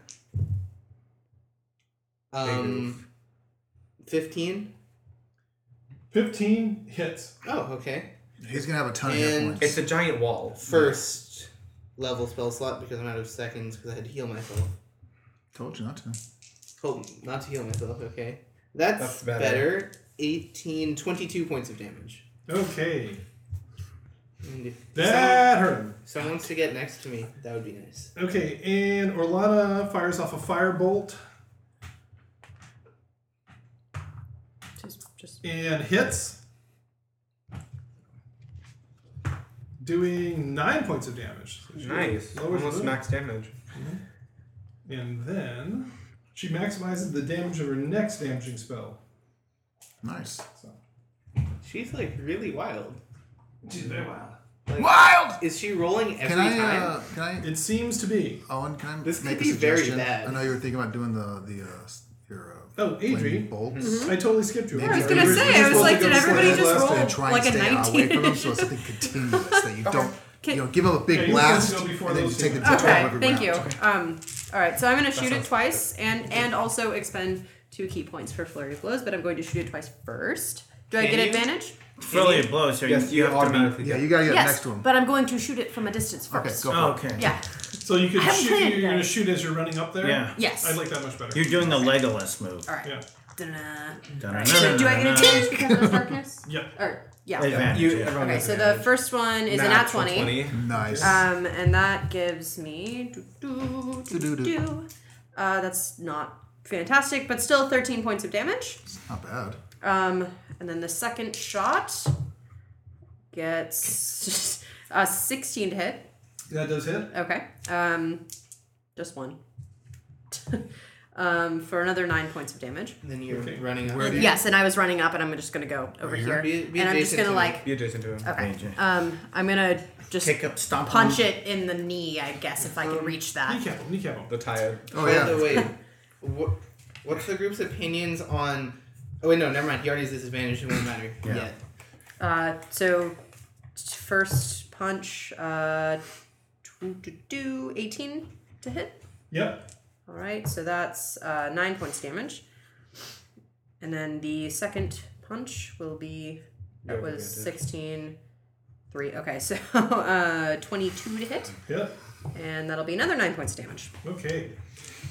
[SPEAKER 5] Um, 15?
[SPEAKER 1] 15 hits.
[SPEAKER 5] Oh, okay.
[SPEAKER 4] He's gonna have a ton of hit
[SPEAKER 5] And-
[SPEAKER 4] points.
[SPEAKER 7] It's a giant wall.
[SPEAKER 5] First level spell slot because I'm out of seconds because I had to heal myself.
[SPEAKER 4] Told you not to.
[SPEAKER 5] Oh, not to heal myself, okay. That's,
[SPEAKER 7] That's
[SPEAKER 5] better.
[SPEAKER 7] better.
[SPEAKER 5] 18, 22 points of damage.
[SPEAKER 1] Okay.
[SPEAKER 5] And if someone,
[SPEAKER 1] That hurt him.
[SPEAKER 5] someone wants to get next to me, that would be nice.
[SPEAKER 1] Okay, and Orlana fires off a firebolt
[SPEAKER 2] Just, just
[SPEAKER 1] and hits, doing 9 points of damage. So she
[SPEAKER 7] Nice.
[SPEAKER 1] lowers the
[SPEAKER 7] Almost
[SPEAKER 1] boom.
[SPEAKER 7] max damage.
[SPEAKER 1] And then she maximizes the damage of her next damaging spell.
[SPEAKER 4] Nice.
[SPEAKER 5] She's like really wild.
[SPEAKER 1] She's very wild.
[SPEAKER 5] Like,
[SPEAKER 4] Wild.
[SPEAKER 5] Is she rolling every
[SPEAKER 4] Can I?
[SPEAKER 5] time?
[SPEAKER 4] Uh, can I?
[SPEAKER 1] It seems to be.
[SPEAKER 4] Owen, can I
[SPEAKER 5] This could
[SPEAKER 4] make
[SPEAKER 5] be
[SPEAKER 4] a
[SPEAKER 5] very
[SPEAKER 4] suggestion?
[SPEAKER 5] bad.
[SPEAKER 4] I know you were thinking about doing the the uh, s- your uh,
[SPEAKER 1] Oh, Adri.
[SPEAKER 4] flaming bolts.
[SPEAKER 1] I totally skipped you.
[SPEAKER 4] Maybe
[SPEAKER 1] I'm
[SPEAKER 2] I was
[SPEAKER 1] sorry.
[SPEAKER 2] gonna
[SPEAKER 1] You're-
[SPEAKER 2] say,
[SPEAKER 1] you're
[SPEAKER 2] I was
[SPEAKER 1] supposed
[SPEAKER 2] like,
[SPEAKER 1] to
[SPEAKER 2] did
[SPEAKER 1] go
[SPEAKER 2] everybody
[SPEAKER 1] slow.
[SPEAKER 2] just roll?
[SPEAKER 4] And try
[SPEAKER 2] like a
[SPEAKER 4] and stay away from
[SPEAKER 2] 19?
[SPEAKER 4] them so it's something continuous that you don't.
[SPEAKER 2] Can-
[SPEAKER 4] you know, give him a big
[SPEAKER 1] Yeah, you're supposed
[SPEAKER 4] blast,
[SPEAKER 1] to go before
[SPEAKER 4] and then you
[SPEAKER 1] those
[SPEAKER 4] take the
[SPEAKER 1] two.
[SPEAKER 4] tip
[SPEAKER 2] Okay,
[SPEAKER 4] every
[SPEAKER 2] thank you.
[SPEAKER 4] round.
[SPEAKER 2] Um, all right, so I'm going to shoot it
[SPEAKER 7] sounds
[SPEAKER 2] twice and and also expend two key points for flurry of blows, but I'm going to shoot it twice first. Do I
[SPEAKER 5] Can
[SPEAKER 2] get
[SPEAKER 5] you?
[SPEAKER 2] advantage?
[SPEAKER 3] Flurry of blows. So
[SPEAKER 7] Yes, you
[SPEAKER 3] have to be-
[SPEAKER 7] automatically
[SPEAKER 4] Yeah,
[SPEAKER 7] get
[SPEAKER 4] you gotta get
[SPEAKER 2] yes,
[SPEAKER 4] next to him.
[SPEAKER 2] but I'm going to shoot it from a distance
[SPEAKER 4] Okay,
[SPEAKER 2] first.
[SPEAKER 4] go for
[SPEAKER 3] Oh,
[SPEAKER 4] it.
[SPEAKER 3] okay.
[SPEAKER 2] Yeah.
[SPEAKER 1] So you could
[SPEAKER 2] I haven't
[SPEAKER 1] shoot.
[SPEAKER 2] planned
[SPEAKER 1] You're
[SPEAKER 2] yet.
[SPEAKER 1] gonna shoot as you're running up there.
[SPEAKER 3] Yeah.
[SPEAKER 2] Yes.
[SPEAKER 1] I like that much better.
[SPEAKER 3] You're doing the Legolas move.
[SPEAKER 2] all right.
[SPEAKER 1] yeah.
[SPEAKER 2] Da-da-da.
[SPEAKER 3] Dun-
[SPEAKER 2] All right.
[SPEAKER 3] dun- dun-
[SPEAKER 2] Do
[SPEAKER 3] dun-
[SPEAKER 2] I get a
[SPEAKER 3] dun-
[SPEAKER 2] 10 because of darkness?
[SPEAKER 1] Yeah.
[SPEAKER 2] Or, yeah.
[SPEAKER 3] Uh, Advantage.
[SPEAKER 7] You-
[SPEAKER 3] yeah.
[SPEAKER 7] everyone
[SPEAKER 2] Okay,
[SPEAKER 7] gets
[SPEAKER 2] so the
[SPEAKER 7] advantage.
[SPEAKER 2] first one is an at
[SPEAKER 7] Natural
[SPEAKER 2] 20.
[SPEAKER 7] 20.
[SPEAKER 1] Oh.
[SPEAKER 4] Nice.
[SPEAKER 2] Um, and that gives me. doo, doo, doo,
[SPEAKER 4] Doo, doo,
[SPEAKER 2] doo, doo. Uh, that's not fantastic, but still 13 points of damage.
[SPEAKER 4] Not bad.
[SPEAKER 2] Um, and then the second shot gets a 16 to hit.
[SPEAKER 1] That does hit.
[SPEAKER 2] Okay. Um, just one. um, for another nine points of damage.
[SPEAKER 5] then you're
[SPEAKER 1] Okay.
[SPEAKER 5] running up.
[SPEAKER 2] Yes, and I was running up, and I'm just gonna go over here,
[SPEAKER 5] Be- be
[SPEAKER 2] and I'm just
[SPEAKER 5] adjacent
[SPEAKER 2] gonna
[SPEAKER 5] to
[SPEAKER 2] like,
[SPEAKER 7] Be adjacent to him.
[SPEAKER 2] okay.
[SPEAKER 3] Advantage.
[SPEAKER 2] Um, I'm gonna just
[SPEAKER 3] Kick up, stomp.
[SPEAKER 2] punch
[SPEAKER 3] him.
[SPEAKER 2] it in the knee, I guess, if I
[SPEAKER 5] Um,
[SPEAKER 2] can reach that.
[SPEAKER 1] Kneecap him. Kneecap him.
[SPEAKER 7] The tire.
[SPEAKER 4] Oh
[SPEAKER 5] By
[SPEAKER 4] yeah.
[SPEAKER 5] the way, what, what's the group's opinions on? Oh wait, no, never mind. He already has disadvantage. It won't matter
[SPEAKER 3] Yeah.
[SPEAKER 5] yet.
[SPEAKER 2] Uh, so t- first punch, uh, do, do, do, 18 to hit.
[SPEAKER 1] Yep.
[SPEAKER 2] All right, so that's uh, nine points damage. And then the second punch will be that
[SPEAKER 7] Yeah,
[SPEAKER 2] was
[SPEAKER 7] advantage.
[SPEAKER 2] 16, 3. Okay, so uh, 22 to hit,
[SPEAKER 1] Yep.
[SPEAKER 2] and that'll be another nine points damage.
[SPEAKER 1] Okay.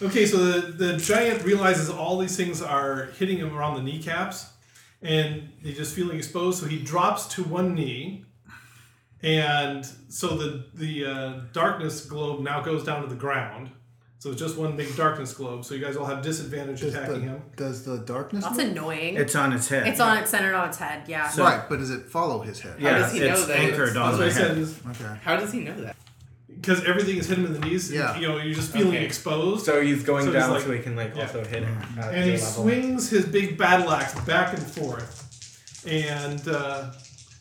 [SPEAKER 1] Okay, so the, the giant realizes all these things are hitting him around the kneecaps, and he's just feeling exposed, so he drops to one knee. And so the, the uh, darkness globe now goes down to the ground. So it's just one big darkness globe, so you guys all have disadvantage
[SPEAKER 4] Does
[SPEAKER 1] attacking
[SPEAKER 4] the,
[SPEAKER 1] him.
[SPEAKER 4] does the darkness?
[SPEAKER 2] That's
[SPEAKER 4] move?
[SPEAKER 2] annoying. It's,
[SPEAKER 3] It's on its head.
[SPEAKER 2] on its centered on its head, yeah.
[SPEAKER 3] So-
[SPEAKER 4] right, but does it follow his head?
[SPEAKER 3] Yeah,
[SPEAKER 5] does he know
[SPEAKER 3] it's
[SPEAKER 5] that it's-
[SPEAKER 3] anchored on
[SPEAKER 1] That's what I
[SPEAKER 3] the head.
[SPEAKER 1] said,
[SPEAKER 4] Okay.
[SPEAKER 5] How does he know that?
[SPEAKER 1] because everything is hitting him in the knees. and,
[SPEAKER 4] Yeah.
[SPEAKER 1] You know, you're just feeling
[SPEAKER 5] Okay.
[SPEAKER 1] exposed.
[SPEAKER 7] So he's going
[SPEAKER 1] So he's
[SPEAKER 7] down
[SPEAKER 1] like-
[SPEAKER 7] so he can like
[SPEAKER 1] yeah.
[SPEAKER 7] also hit him. at
[SPEAKER 1] and
[SPEAKER 7] your
[SPEAKER 1] he
[SPEAKER 7] level.
[SPEAKER 1] swings his big battle axe back and forth. And uh,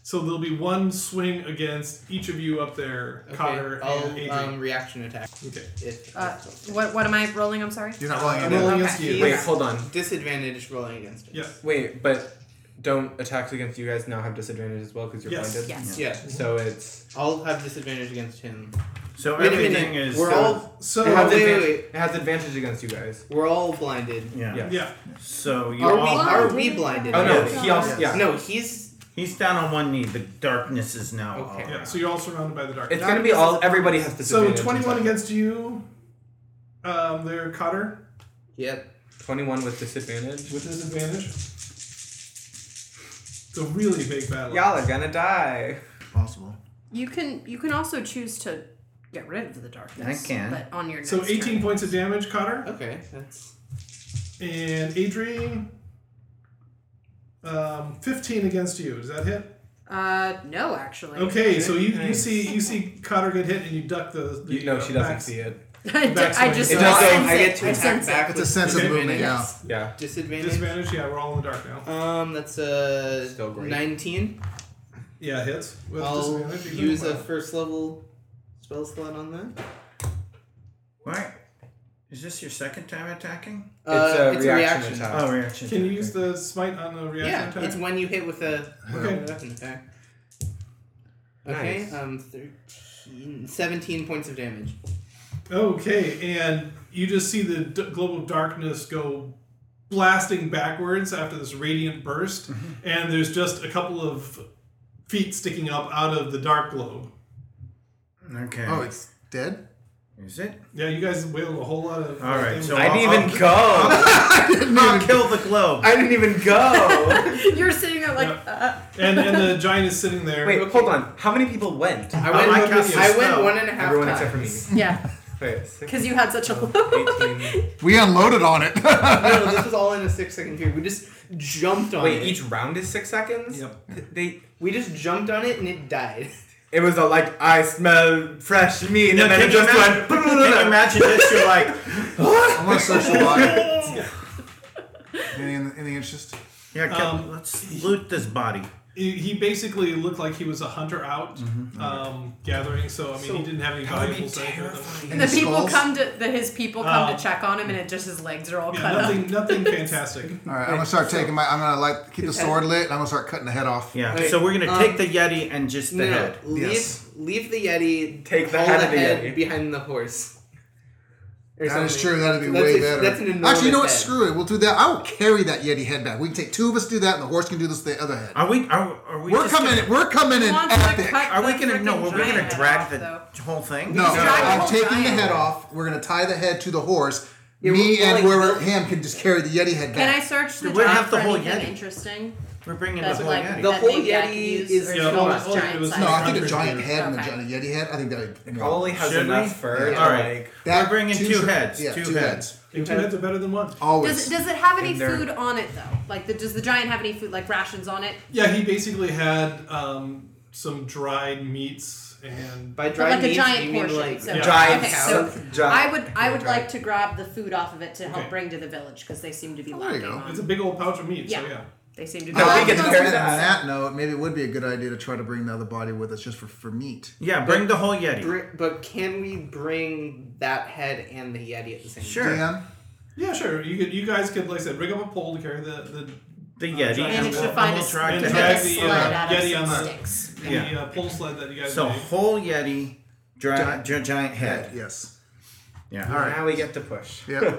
[SPEAKER 1] so there'll be one swing against each of you up there,
[SPEAKER 5] Okay,
[SPEAKER 1] Cotter
[SPEAKER 5] I'll,
[SPEAKER 1] and Adrian.
[SPEAKER 5] um, reaction attack.
[SPEAKER 1] okay.
[SPEAKER 5] If
[SPEAKER 2] Uh, what, what am I rolling? I'm sorry?
[SPEAKER 4] You're not rolling
[SPEAKER 1] I'm
[SPEAKER 4] it
[SPEAKER 1] rolling
[SPEAKER 4] in.
[SPEAKER 1] against
[SPEAKER 2] Okay.
[SPEAKER 1] you.
[SPEAKER 7] Wait, hold on.
[SPEAKER 5] disadvantage rolling against it.
[SPEAKER 1] Yeah.
[SPEAKER 7] Wait, but don't attacks against you guys now have disadvantage as well because you're
[SPEAKER 1] Yes.
[SPEAKER 7] blinded.
[SPEAKER 2] Yes.
[SPEAKER 5] Yeah.
[SPEAKER 7] So it's
[SPEAKER 5] I'll have disadvantage against him.
[SPEAKER 3] So
[SPEAKER 5] Wait a
[SPEAKER 3] everything
[SPEAKER 5] minute,
[SPEAKER 3] is.
[SPEAKER 5] we're
[SPEAKER 3] so-
[SPEAKER 5] all
[SPEAKER 1] So,
[SPEAKER 7] it, has
[SPEAKER 5] wait, wait,
[SPEAKER 7] advan-
[SPEAKER 5] wait.
[SPEAKER 7] it has advantage against you guys.
[SPEAKER 5] we're all blinded.
[SPEAKER 3] Yeah.
[SPEAKER 7] Yeah.
[SPEAKER 1] yeah.
[SPEAKER 3] So you
[SPEAKER 5] Are we
[SPEAKER 3] all.
[SPEAKER 5] are we blinded?
[SPEAKER 7] Oh no,
[SPEAKER 5] Yes.
[SPEAKER 7] he also yeah.
[SPEAKER 5] No, he's
[SPEAKER 3] He's down on one knee. The darkness is now all
[SPEAKER 7] Okay.
[SPEAKER 1] Yeah,
[SPEAKER 3] around.
[SPEAKER 1] so you're all surrounded by the dark.
[SPEAKER 7] It's gonna be all. Everybody has to.
[SPEAKER 1] so 21 against you, um, there, Cotter,
[SPEAKER 5] Yep.
[SPEAKER 7] 21 with disadvantage.
[SPEAKER 1] with disadvantage. It's a really big battle.
[SPEAKER 7] Y'all are gonna die.
[SPEAKER 4] Possible.
[SPEAKER 2] You can you can also choose to get rid of the darkness.
[SPEAKER 3] I can.
[SPEAKER 2] But on your next
[SPEAKER 1] So 18
[SPEAKER 2] turn.
[SPEAKER 1] points of damage, Cotter.
[SPEAKER 5] Okay. That's
[SPEAKER 1] And Adrian, um, 15 against you. Does that hit?
[SPEAKER 2] Uh, no, actually.
[SPEAKER 1] Okay, so you, you see you see Cotter get hit and you duck the. the
[SPEAKER 7] You, no, she
[SPEAKER 1] uh,
[SPEAKER 7] doesn't
[SPEAKER 1] backs.
[SPEAKER 7] see it.
[SPEAKER 2] I
[SPEAKER 1] Back
[SPEAKER 2] ju- I
[SPEAKER 1] swing.
[SPEAKER 2] just
[SPEAKER 1] It
[SPEAKER 2] saw
[SPEAKER 1] does
[SPEAKER 2] it.
[SPEAKER 1] go-
[SPEAKER 7] I get to
[SPEAKER 2] I sense
[SPEAKER 7] attack
[SPEAKER 2] it.
[SPEAKER 7] back.
[SPEAKER 4] It's a
[SPEAKER 7] with
[SPEAKER 4] sense of
[SPEAKER 7] disadvantage.
[SPEAKER 4] movement, yeah.
[SPEAKER 2] Yes.
[SPEAKER 7] Yeah.
[SPEAKER 5] disadvantage.
[SPEAKER 1] Disadvantage. Yeah, we're all in the dark now.
[SPEAKER 5] Um, that's a
[SPEAKER 7] Still great.
[SPEAKER 5] nineteen.
[SPEAKER 1] Yeah, hits. With
[SPEAKER 5] I'll
[SPEAKER 1] disadvantage, you can-
[SPEAKER 5] use a
[SPEAKER 1] wow.
[SPEAKER 5] first level spell slot on that.
[SPEAKER 3] Right. Is this your second time attacking?
[SPEAKER 5] Uh,
[SPEAKER 7] it's a reaction, attack.
[SPEAKER 3] Oh, reaction.
[SPEAKER 1] Can you
[SPEAKER 3] attack.
[SPEAKER 1] use the smite on the reaction
[SPEAKER 5] Yeah,
[SPEAKER 1] attack?
[SPEAKER 5] it's when you hit with a
[SPEAKER 1] Okay.
[SPEAKER 5] with a weapon attack. Okay,
[SPEAKER 7] Nice.
[SPEAKER 5] um, 13, 17 points of damage.
[SPEAKER 1] Okay, and you just see the d- global darkness go blasting backwards after this radiant burst,
[SPEAKER 5] Mm-hmm.
[SPEAKER 1] and there's just a couple of feet sticking up out of the dark globe.
[SPEAKER 3] Okay.
[SPEAKER 4] Oh, it's dead.
[SPEAKER 3] Is it?
[SPEAKER 1] Yeah, you guys wailed a whole lot of. Um,
[SPEAKER 3] All right,
[SPEAKER 1] of
[SPEAKER 3] so
[SPEAKER 1] damage.
[SPEAKER 7] I
[SPEAKER 3] I'll-
[SPEAKER 7] didn't even go.
[SPEAKER 3] I'll Ah, kill the globe.
[SPEAKER 7] I didn't even go.
[SPEAKER 2] You're sitting there like, uh,
[SPEAKER 1] and and the giant is sitting there.
[SPEAKER 7] Wait, hold on. How many people went?
[SPEAKER 5] I
[SPEAKER 3] I
[SPEAKER 5] went,
[SPEAKER 3] like how
[SPEAKER 5] I went
[SPEAKER 3] slow
[SPEAKER 5] one and a half
[SPEAKER 7] Everyone
[SPEAKER 5] times.
[SPEAKER 7] except for me.
[SPEAKER 2] yeah,
[SPEAKER 7] Wait, six,
[SPEAKER 2] because you had such a low.
[SPEAKER 7] 18.
[SPEAKER 4] We unloaded on it.
[SPEAKER 5] no, no, this was all in a six second period. We just jumped on
[SPEAKER 7] Wait,
[SPEAKER 5] it.
[SPEAKER 7] each round is six seconds.
[SPEAKER 1] Yep.
[SPEAKER 7] They.
[SPEAKER 5] we just jumped on it and it died.
[SPEAKER 7] It was a, like I smell fresh meat,
[SPEAKER 3] No,
[SPEAKER 7] and then
[SPEAKER 3] can
[SPEAKER 7] it
[SPEAKER 3] you
[SPEAKER 7] just went.
[SPEAKER 3] imagine, can you imagine this? You're like,
[SPEAKER 4] I'm gonna search the body. Anything in the, in the interest?
[SPEAKER 3] yeah, kill,
[SPEAKER 1] Um,
[SPEAKER 3] let's loot this body.
[SPEAKER 1] He he basically looked like he was a hunter out
[SPEAKER 3] Mm-hmm,
[SPEAKER 1] um, gathering, so I mean, he didn't have any
[SPEAKER 7] That would be
[SPEAKER 1] valuables. to hand with him.
[SPEAKER 7] terrifying.
[SPEAKER 4] And
[SPEAKER 2] The
[SPEAKER 4] the
[SPEAKER 2] people
[SPEAKER 4] skulls?
[SPEAKER 2] come to the, his people come
[SPEAKER 7] Ah.
[SPEAKER 1] Um,
[SPEAKER 2] to check on him, and it just his legs are all
[SPEAKER 1] Yeah,
[SPEAKER 2] cut
[SPEAKER 1] nothing,
[SPEAKER 2] up.
[SPEAKER 1] nothing fantastic.
[SPEAKER 4] All right, I'm gonna start taking my. I'm gonna like keep the sword lit. and I'm gonna start cutting the head off.
[SPEAKER 3] Yeah.
[SPEAKER 5] Wait,
[SPEAKER 3] so we're gonna
[SPEAKER 5] um,
[SPEAKER 3] take the yeti and just the
[SPEAKER 5] no,
[SPEAKER 3] head.
[SPEAKER 5] no, leave
[SPEAKER 4] Yes.
[SPEAKER 5] leave the yeti.
[SPEAKER 7] Take the
[SPEAKER 5] haul
[SPEAKER 7] head of the yeti.
[SPEAKER 5] behind the horse. Or
[SPEAKER 4] That is
[SPEAKER 5] something.
[SPEAKER 4] true. That'd be
[SPEAKER 5] That's
[SPEAKER 4] way
[SPEAKER 5] a-
[SPEAKER 4] better.
[SPEAKER 5] That's an enormous
[SPEAKER 4] Actually, you know what?
[SPEAKER 5] head.
[SPEAKER 4] Screw it. We'll do that. I will carry that Yeti head back. We can take two of us do that, and the horse can do this the other head.
[SPEAKER 3] Are we? Are, are we?
[SPEAKER 4] We're
[SPEAKER 3] just
[SPEAKER 4] coming.
[SPEAKER 3] Gonna,
[SPEAKER 4] in, we're coming in
[SPEAKER 2] Wants to
[SPEAKER 4] epic.
[SPEAKER 2] cut
[SPEAKER 3] are we
[SPEAKER 2] the
[SPEAKER 3] gonna? No,
[SPEAKER 2] frickin'
[SPEAKER 3] we're gonna
[SPEAKER 2] giant
[SPEAKER 3] drag
[SPEAKER 2] off,
[SPEAKER 3] the
[SPEAKER 2] though.
[SPEAKER 3] whole thing.
[SPEAKER 4] No,
[SPEAKER 2] He's got a
[SPEAKER 4] I'm
[SPEAKER 2] whole
[SPEAKER 4] taking the
[SPEAKER 2] giant
[SPEAKER 4] head
[SPEAKER 2] head.
[SPEAKER 4] off. We're gonna tie the head to the horse.
[SPEAKER 5] Yeah,
[SPEAKER 4] Me
[SPEAKER 5] we're- we're
[SPEAKER 4] and
[SPEAKER 5] like-
[SPEAKER 4] whoever him can just carry the Yeti head
[SPEAKER 2] Can I
[SPEAKER 4] back.
[SPEAKER 2] search the
[SPEAKER 3] We don't
[SPEAKER 2] giant
[SPEAKER 3] have the
[SPEAKER 2] for
[SPEAKER 3] whole
[SPEAKER 2] anything
[SPEAKER 3] Yeti.
[SPEAKER 2] interesting?
[SPEAKER 3] We're bringing the
[SPEAKER 2] That's
[SPEAKER 3] whole
[SPEAKER 2] like
[SPEAKER 3] yeti.
[SPEAKER 5] The
[SPEAKER 2] that
[SPEAKER 5] whole
[SPEAKER 2] maybe I can
[SPEAKER 5] Yeti
[SPEAKER 2] use
[SPEAKER 5] is
[SPEAKER 2] or
[SPEAKER 1] Yeah,
[SPEAKER 2] show
[SPEAKER 1] all-
[SPEAKER 2] us
[SPEAKER 1] all it
[SPEAKER 2] giant
[SPEAKER 1] was-
[SPEAKER 2] size.
[SPEAKER 4] no, I think a
[SPEAKER 1] Okay.
[SPEAKER 4] giant head and a
[SPEAKER 2] Okay.
[SPEAKER 4] giant Yeti head. I think that'd be
[SPEAKER 7] Probably has
[SPEAKER 3] Should
[SPEAKER 7] enough
[SPEAKER 3] we?
[SPEAKER 7] fur.
[SPEAKER 3] Yeah.
[SPEAKER 7] to,
[SPEAKER 3] Alright.
[SPEAKER 7] like,
[SPEAKER 4] That-
[SPEAKER 3] We're bringing two
[SPEAKER 4] shir-
[SPEAKER 3] heads,
[SPEAKER 4] Yeah,
[SPEAKER 3] two
[SPEAKER 4] two,
[SPEAKER 3] heads.
[SPEAKER 4] heads.
[SPEAKER 1] Two heads are better than one.
[SPEAKER 4] Always.
[SPEAKER 2] Does, does it have any
[SPEAKER 3] In there.
[SPEAKER 2] food on it though? Like, the, does the giant have any food, like rations on it?
[SPEAKER 1] Yeah, he basically had um, some dried meats and
[SPEAKER 5] By
[SPEAKER 2] But
[SPEAKER 5] dry
[SPEAKER 2] like a
[SPEAKER 5] meats,
[SPEAKER 2] giant
[SPEAKER 5] you mean
[SPEAKER 2] portion.
[SPEAKER 5] like
[SPEAKER 2] so,
[SPEAKER 1] Yeah.
[SPEAKER 7] Dried
[SPEAKER 2] okay,
[SPEAKER 7] cow.
[SPEAKER 2] so
[SPEAKER 7] Dried-
[SPEAKER 2] I would I would
[SPEAKER 7] dried.
[SPEAKER 2] like to grab the food off of it to help
[SPEAKER 1] Okay.
[SPEAKER 2] bring to the village because they seem to be
[SPEAKER 4] there you
[SPEAKER 2] lacking
[SPEAKER 4] go.
[SPEAKER 1] it's
[SPEAKER 2] on.
[SPEAKER 1] a big old pouch of meat. So
[SPEAKER 2] Yeah.
[SPEAKER 1] yeah.
[SPEAKER 2] They seem to be.
[SPEAKER 7] No, we
[SPEAKER 2] lacking
[SPEAKER 7] can
[SPEAKER 2] on
[SPEAKER 7] carry
[SPEAKER 2] food.
[SPEAKER 7] that.
[SPEAKER 4] On that note, maybe it would be a good idea to try to bring the other body with us just for, for meat.
[SPEAKER 3] Yeah, bring the whole yeti.
[SPEAKER 5] Br- but can we bring that head and the yeti at the same
[SPEAKER 3] Sure.
[SPEAKER 4] Dan,
[SPEAKER 1] Yeah, sure. You could, you guys could, like I said, rig up a pole to carry the the,
[SPEAKER 3] The yeti.
[SPEAKER 1] giant
[SPEAKER 2] Managed
[SPEAKER 1] And
[SPEAKER 2] to
[SPEAKER 1] we'll-
[SPEAKER 2] find
[SPEAKER 3] we'll
[SPEAKER 2] a
[SPEAKER 3] drag
[SPEAKER 1] and
[SPEAKER 3] the
[SPEAKER 2] sled
[SPEAKER 1] drag
[SPEAKER 3] head.
[SPEAKER 1] the,
[SPEAKER 2] sled
[SPEAKER 1] uh,
[SPEAKER 2] out of
[SPEAKER 1] Yeti
[SPEAKER 2] some
[SPEAKER 1] on the-
[SPEAKER 2] sticks.
[SPEAKER 1] the
[SPEAKER 3] Yeah.
[SPEAKER 1] uh, pole sled that you guys
[SPEAKER 3] So
[SPEAKER 1] made.
[SPEAKER 3] whole yeti, dry, gi- giant head.
[SPEAKER 4] Yes.
[SPEAKER 3] Yeah.
[SPEAKER 7] All right. Now we get to push.
[SPEAKER 4] Yeah.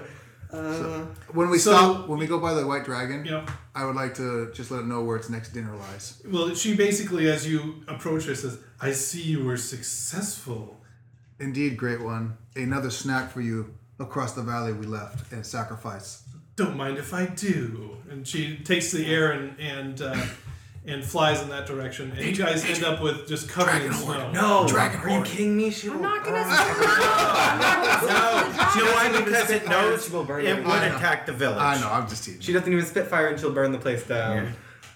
[SPEAKER 5] Uh,
[SPEAKER 4] when we
[SPEAKER 1] So-
[SPEAKER 4] stop, when we go by the White Dragon,
[SPEAKER 1] Yeah.
[SPEAKER 4] I would like to just let it know where its next dinner lies.
[SPEAKER 1] Well, she basically, as you approach her, says, "I see you were successful."
[SPEAKER 4] Indeed, great one. Another snack for you across the valley we left and sacrifice.
[SPEAKER 1] Don't mind if I do. And she takes the air and and uh, and flies in that direction. And you guys end up with just covered in snow.
[SPEAKER 7] No. Dragon Are you kidding me? She
[SPEAKER 2] I'm
[SPEAKER 7] will-
[SPEAKER 2] not gonna. I'm not gonna
[SPEAKER 3] Do you know why?
[SPEAKER 7] Doesn't even
[SPEAKER 3] Because it
[SPEAKER 7] spit fire,
[SPEAKER 3] knows
[SPEAKER 7] she
[SPEAKER 3] it
[SPEAKER 7] will
[SPEAKER 3] would
[SPEAKER 7] burn it.
[SPEAKER 4] I know.
[SPEAKER 3] attack the village.
[SPEAKER 4] I know, I'm just teasing.
[SPEAKER 7] She doesn't even spit fire and she'll burn the place down.
[SPEAKER 3] Yeah.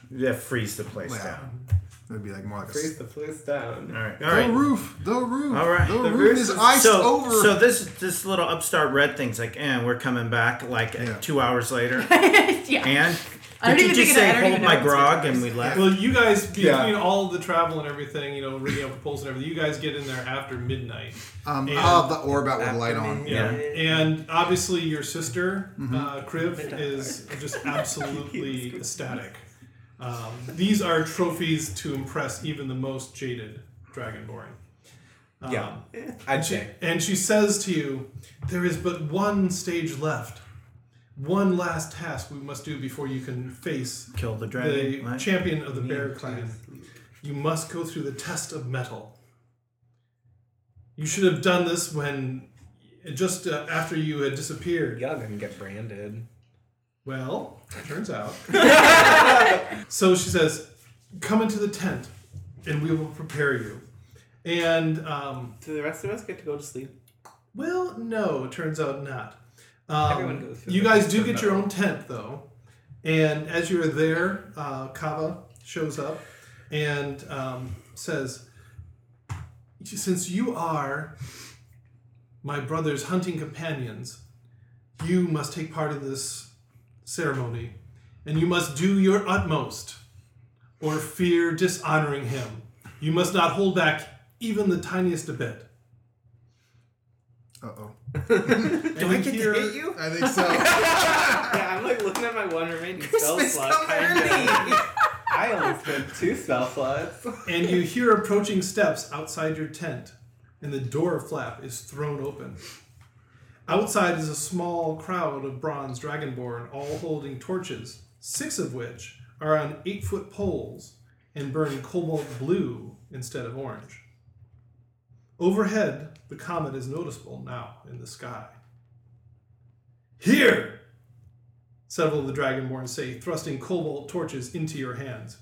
[SPEAKER 3] Yeah, freeze the place
[SPEAKER 4] Yeah.
[SPEAKER 3] down.
[SPEAKER 4] It would be like more like a.
[SPEAKER 7] Freeze the place down.
[SPEAKER 3] All right.
[SPEAKER 4] The
[SPEAKER 3] All right.
[SPEAKER 4] roof, the roof,
[SPEAKER 3] All right,
[SPEAKER 4] the,
[SPEAKER 7] the
[SPEAKER 4] roof,
[SPEAKER 7] roof
[SPEAKER 4] is
[SPEAKER 7] is-
[SPEAKER 4] iced
[SPEAKER 3] so,
[SPEAKER 4] over.
[SPEAKER 3] so this this little upstart red thing's like, and we're coming back like uh,
[SPEAKER 4] Yeah.
[SPEAKER 3] two hours later.
[SPEAKER 2] say- yeah.
[SPEAKER 3] and
[SPEAKER 2] I don't
[SPEAKER 3] did you
[SPEAKER 2] even
[SPEAKER 3] just say
[SPEAKER 2] think it- I don't
[SPEAKER 3] hold
[SPEAKER 2] even
[SPEAKER 3] my
[SPEAKER 2] know what's
[SPEAKER 3] grog and we left?
[SPEAKER 1] Well, you guys, between
[SPEAKER 7] Yeah.
[SPEAKER 1] all the travel and everything, you know, rigging up the poles and everything, you guys get in there after midnight.
[SPEAKER 4] um,
[SPEAKER 1] and-
[SPEAKER 4] I'll have the orb out with the light on.
[SPEAKER 1] Yeah.
[SPEAKER 3] Yeah.
[SPEAKER 1] And obviously, your sister, uh, Kriv, is just absolutely ecstatic. Um, these are trophies to impress even the most jaded Dragonborn. Um,
[SPEAKER 7] Yeah. I'd say.
[SPEAKER 1] And she says to you, There is but one stage left. one last task we must do before you can face
[SPEAKER 3] Kill the
[SPEAKER 1] the
[SPEAKER 3] dragon. right?
[SPEAKER 1] champion of the bear clan. You must go through the test of metal. You should have done this when, just uh, after you had disappeared.
[SPEAKER 7] Y'all gonna get branded.
[SPEAKER 1] Well, it turns out. so she says, "Come into the tent, and we will prepare you." And um,
[SPEAKER 5] Do the rest of us get to go to sleep?
[SPEAKER 1] well, no, it turns out not. Um,
[SPEAKER 7] Everyone goes through
[SPEAKER 1] you
[SPEAKER 7] the
[SPEAKER 1] guys
[SPEAKER 7] test
[SPEAKER 1] do
[SPEAKER 7] of
[SPEAKER 1] get your
[SPEAKER 7] metal.
[SPEAKER 1] own tent though, and as you're there, uh, Kava shows up and um, says, "Since you are my brother's hunting companions, you must take part in this ceremony, and you must do your utmost, or fear dishonoring him. You must not hold back even the tiniest a bit."
[SPEAKER 4] Uh oh.
[SPEAKER 1] Do I get
[SPEAKER 5] you?
[SPEAKER 4] I think so.
[SPEAKER 5] Yeah, I'm like looking at my one remaining spell
[SPEAKER 7] Christmas
[SPEAKER 5] slot.
[SPEAKER 7] come
[SPEAKER 5] kinda.
[SPEAKER 7] I only spent two spell slots.
[SPEAKER 1] and you hear approaching steps outside your tent, and the door flap is thrown open. Outside is a small crowd of bronze dragonborn, all holding torches, six of which are on eight foot poles and burn cobalt blue instead of orange. Overhead, the comet is noticeable now in the sky. Here! Several of the dragonborn say, thrusting cobalt torches into your hands.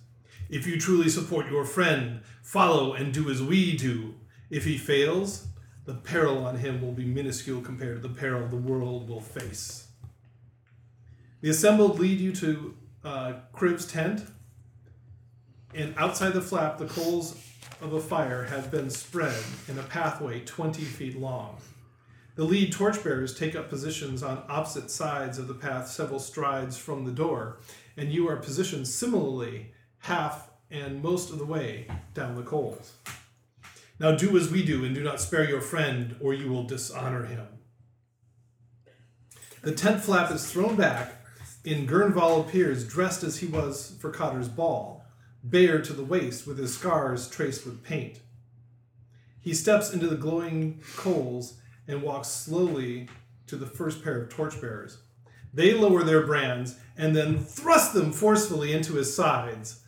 [SPEAKER 1] If you truly support your friend, follow and do as we do. If he fails, the peril on him will be minuscule compared to the peril the world will face. The assembled lead you to uh, Crib's tent, and outside the flap, the coals of a fire have been spread in a pathway 20 feet long. The lead torchbearers take up positions on opposite sides of the path several strides from the door, and you are positioned similarly half and most of the way down the coals. Now do as we do and do not spare your friend, or you will dishonor him. The tent flap is thrown back, and Gurnval appears dressed as he was for Cotter's ball, bare to the waist with his scars traced with paint. He steps into the glowing coals and walks slowly to the first pair of torchbearers. They lower their brands and then thrust them forcefully into his sides.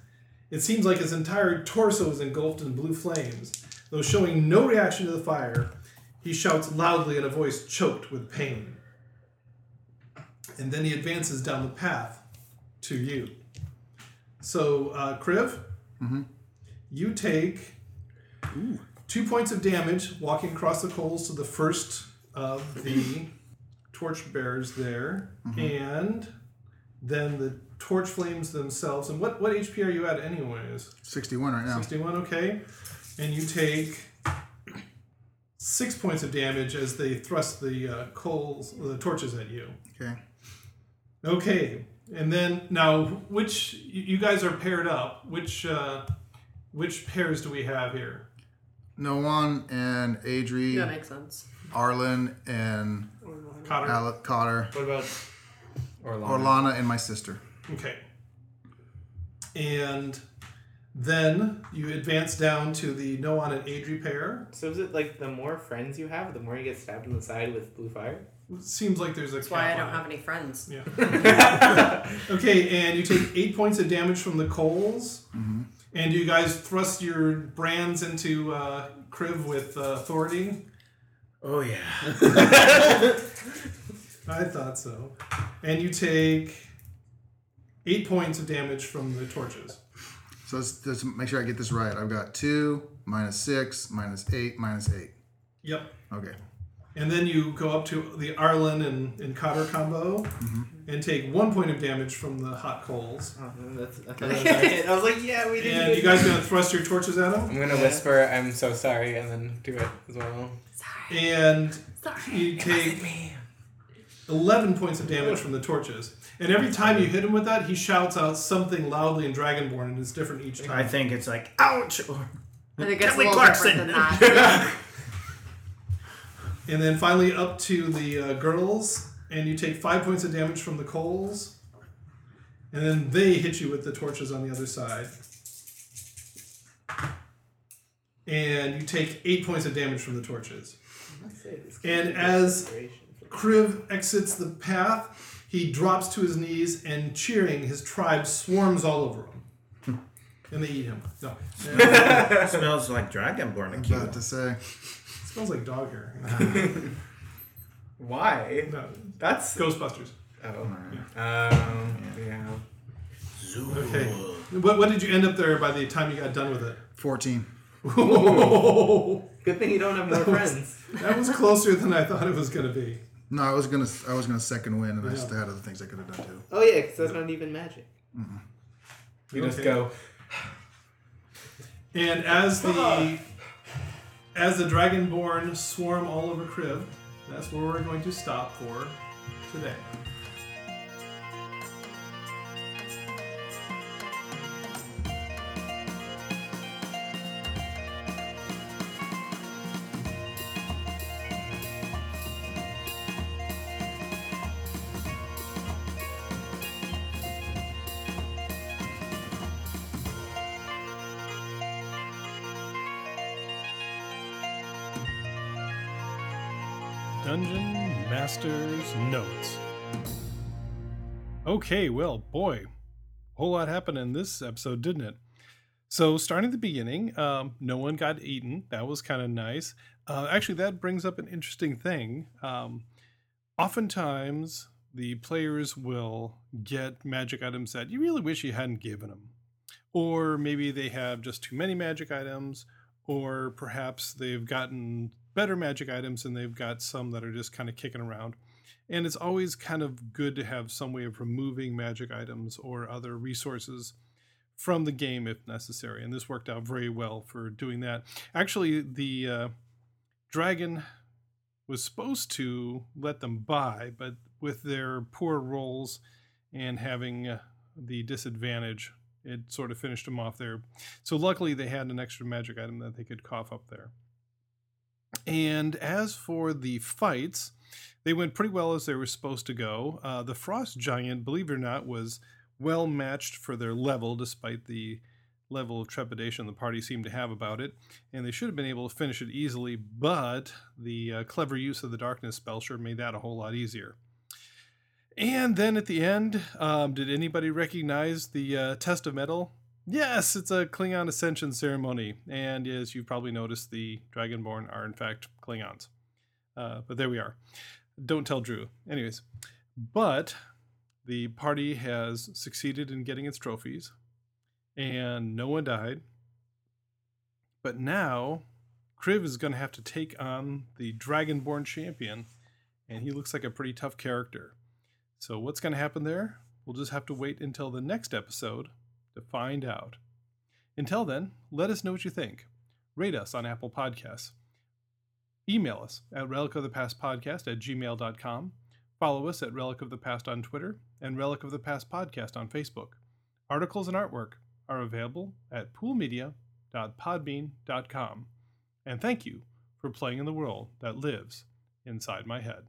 [SPEAKER 1] It seems like his entire torso is engulfed in blue flames. Though showing no reaction to the fire, he shouts loudly in a voice choked with pain. And then he advances down the path to you. So, uh, Kriv, you take two points of damage walking across the coals to the first of the torch bearers there, and then the torch flames themselves. And what, what HP are you at, anyways?
[SPEAKER 4] 61 right now.
[SPEAKER 1] 61, okay. And you take six points of damage as they thrust the uh, coals, the torches at you.
[SPEAKER 4] Okay.
[SPEAKER 1] Okay, and then now, which you you guys are paired up? Which uh, which pairs do we have here?
[SPEAKER 4] Noan and Adri,
[SPEAKER 2] That makes sense.
[SPEAKER 4] Arlen and
[SPEAKER 1] Cotter.
[SPEAKER 4] Ale- Cotter,
[SPEAKER 5] What about
[SPEAKER 7] Or
[SPEAKER 4] Orlana and my sister.
[SPEAKER 1] Okay. And then you advance down to the Noan and Adri pair.
[SPEAKER 5] so is it like the more friends you have, the more you get stabbed in the side with blue fire?
[SPEAKER 1] Seems like there's a
[SPEAKER 2] That's why I
[SPEAKER 1] cap
[SPEAKER 2] don't
[SPEAKER 1] on it.
[SPEAKER 2] have any friends.
[SPEAKER 1] Yeah. okay, and you take eight points of damage from the coals, and you guys thrust your brands into uh, Kriv with uh, authority.
[SPEAKER 3] Oh yeah.
[SPEAKER 1] I thought so. And you take eight points of damage from the torches.
[SPEAKER 4] So let's, let's make sure I get this right. I've got 2, minus 6, minus 8, minus 8.
[SPEAKER 1] Yep.
[SPEAKER 4] Okay.
[SPEAKER 1] And then you go up to the Arlen and, and Cotter combo and take one point of damage from the hot coals.
[SPEAKER 5] Oh, that's, I, thought that was our hit. I was like, yeah, we didn't.
[SPEAKER 1] And you guys gonna thrust your torches at him?
[SPEAKER 7] I'm gonna whisper, I'm so sorry, and then do it as well.
[SPEAKER 2] Sorry.
[SPEAKER 1] And
[SPEAKER 2] Sorry.
[SPEAKER 1] you take 11 points of damage from the torches. And every time you hit him with that, he shouts out something loudly in Dragonborn, and it's different each
[SPEAKER 3] I
[SPEAKER 1] time.
[SPEAKER 3] think it's like ouch or
[SPEAKER 2] I think it's a
[SPEAKER 3] Kelly
[SPEAKER 2] little
[SPEAKER 3] Clarkson.
[SPEAKER 2] different than that.
[SPEAKER 1] And then finally up to the uh, girls, and you take 5 points of damage from the coals. And then they hit you with the torches on the other side. And you take 8 points of damage from the torches.
[SPEAKER 5] Let's say this
[SPEAKER 1] And
[SPEAKER 5] could be
[SPEAKER 1] as-
[SPEAKER 5] inspiration for-
[SPEAKER 1] Kriv exits the path.
[SPEAKER 9] He drops to his knees and cheering, his tribe swarms all over him. and they eat him. No. it
[SPEAKER 3] smells like dragonborn
[SPEAKER 4] I'm
[SPEAKER 3] acute.
[SPEAKER 4] about to say.
[SPEAKER 9] smells like dog hair.
[SPEAKER 7] Why?
[SPEAKER 9] No,
[SPEAKER 7] That's.
[SPEAKER 9] Ghostbusters.
[SPEAKER 7] Oh. Um, yeah.
[SPEAKER 9] Okay. What, what did you end up there by the time you got done with it?
[SPEAKER 4] 14.
[SPEAKER 5] Good thing you don't have more friends.
[SPEAKER 9] That was closer than I thought it was going to be.
[SPEAKER 4] No, I was gonna I was gonna second win, and I just had other things I could have done too.
[SPEAKER 5] Oh yeah, because that's not even magic.
[SPEAKER 7] You just
[SPEAKER 9] Okay.
[SPEAKER 7] go.
[SPEAKER 9] And as the as the dragonborn swarm all over Crib, that's where we're going to stop for today.
[SPEAKER 1] Dungeon Master's Notes. Okay, well, boy, a whole lot happened in this episode, didn't it? So, starting at the beginning, um, no one got eaten. That was kind of nice. Uh, actually, that brings up an interesting thing. Um, oftentimes, the players will get magic items that you really wish you hadn't given them. Or maybe they have just too many magic items, or perhaps they've gotten better magic items and they've got some that are just kind of kicking around. And it's always kind of good to have some way of removing magic items or other resources from the game if necessary. And this worked out very well for doing that. Actually, the uh, dragon was supposed to let them by, but with their poor rolls and having uh, the disadvantage, it sort of finished them off there. So luckily, they had an extra magic item that they could cough up there. And as for the fights, they went pretty well as they were supposed to go. Uh, the Frost Giant, believe it or not, was well matched for their level, despite the level of trepidation the party seemed to have about it. And they should have been able to finish it easily, but the uh, clever use of the Darkness spell sure made that a whole lot easier. And then at the end, um, did anybody recognize the uh, Test of Metal? Yes, it's a Klingon ascension ceremony, and as you've probably noticed, the Dragonborn are in fact Klingons. Uh, but there we are. Don't tell Drew. Anyways, but the party has succeeded in getting its trophies, and no one died. But now, Kriv is going to have to take on the Dragonborn champion, and he looks like a pretty tough character. So, what's going to happen there? We'll just have to wait until the next episode to find out. Until then, let us know what you think. Rate us on Apple Podcasts. Email us at relicofthepastpodcast at gmail.com. Follow us at Relic of the Past on Twitter and Relic of the Past Podcast on Facebook. Articles and artwork are available at poolmedia.podbean.com. And thank you for playing in the world that lives inside my head.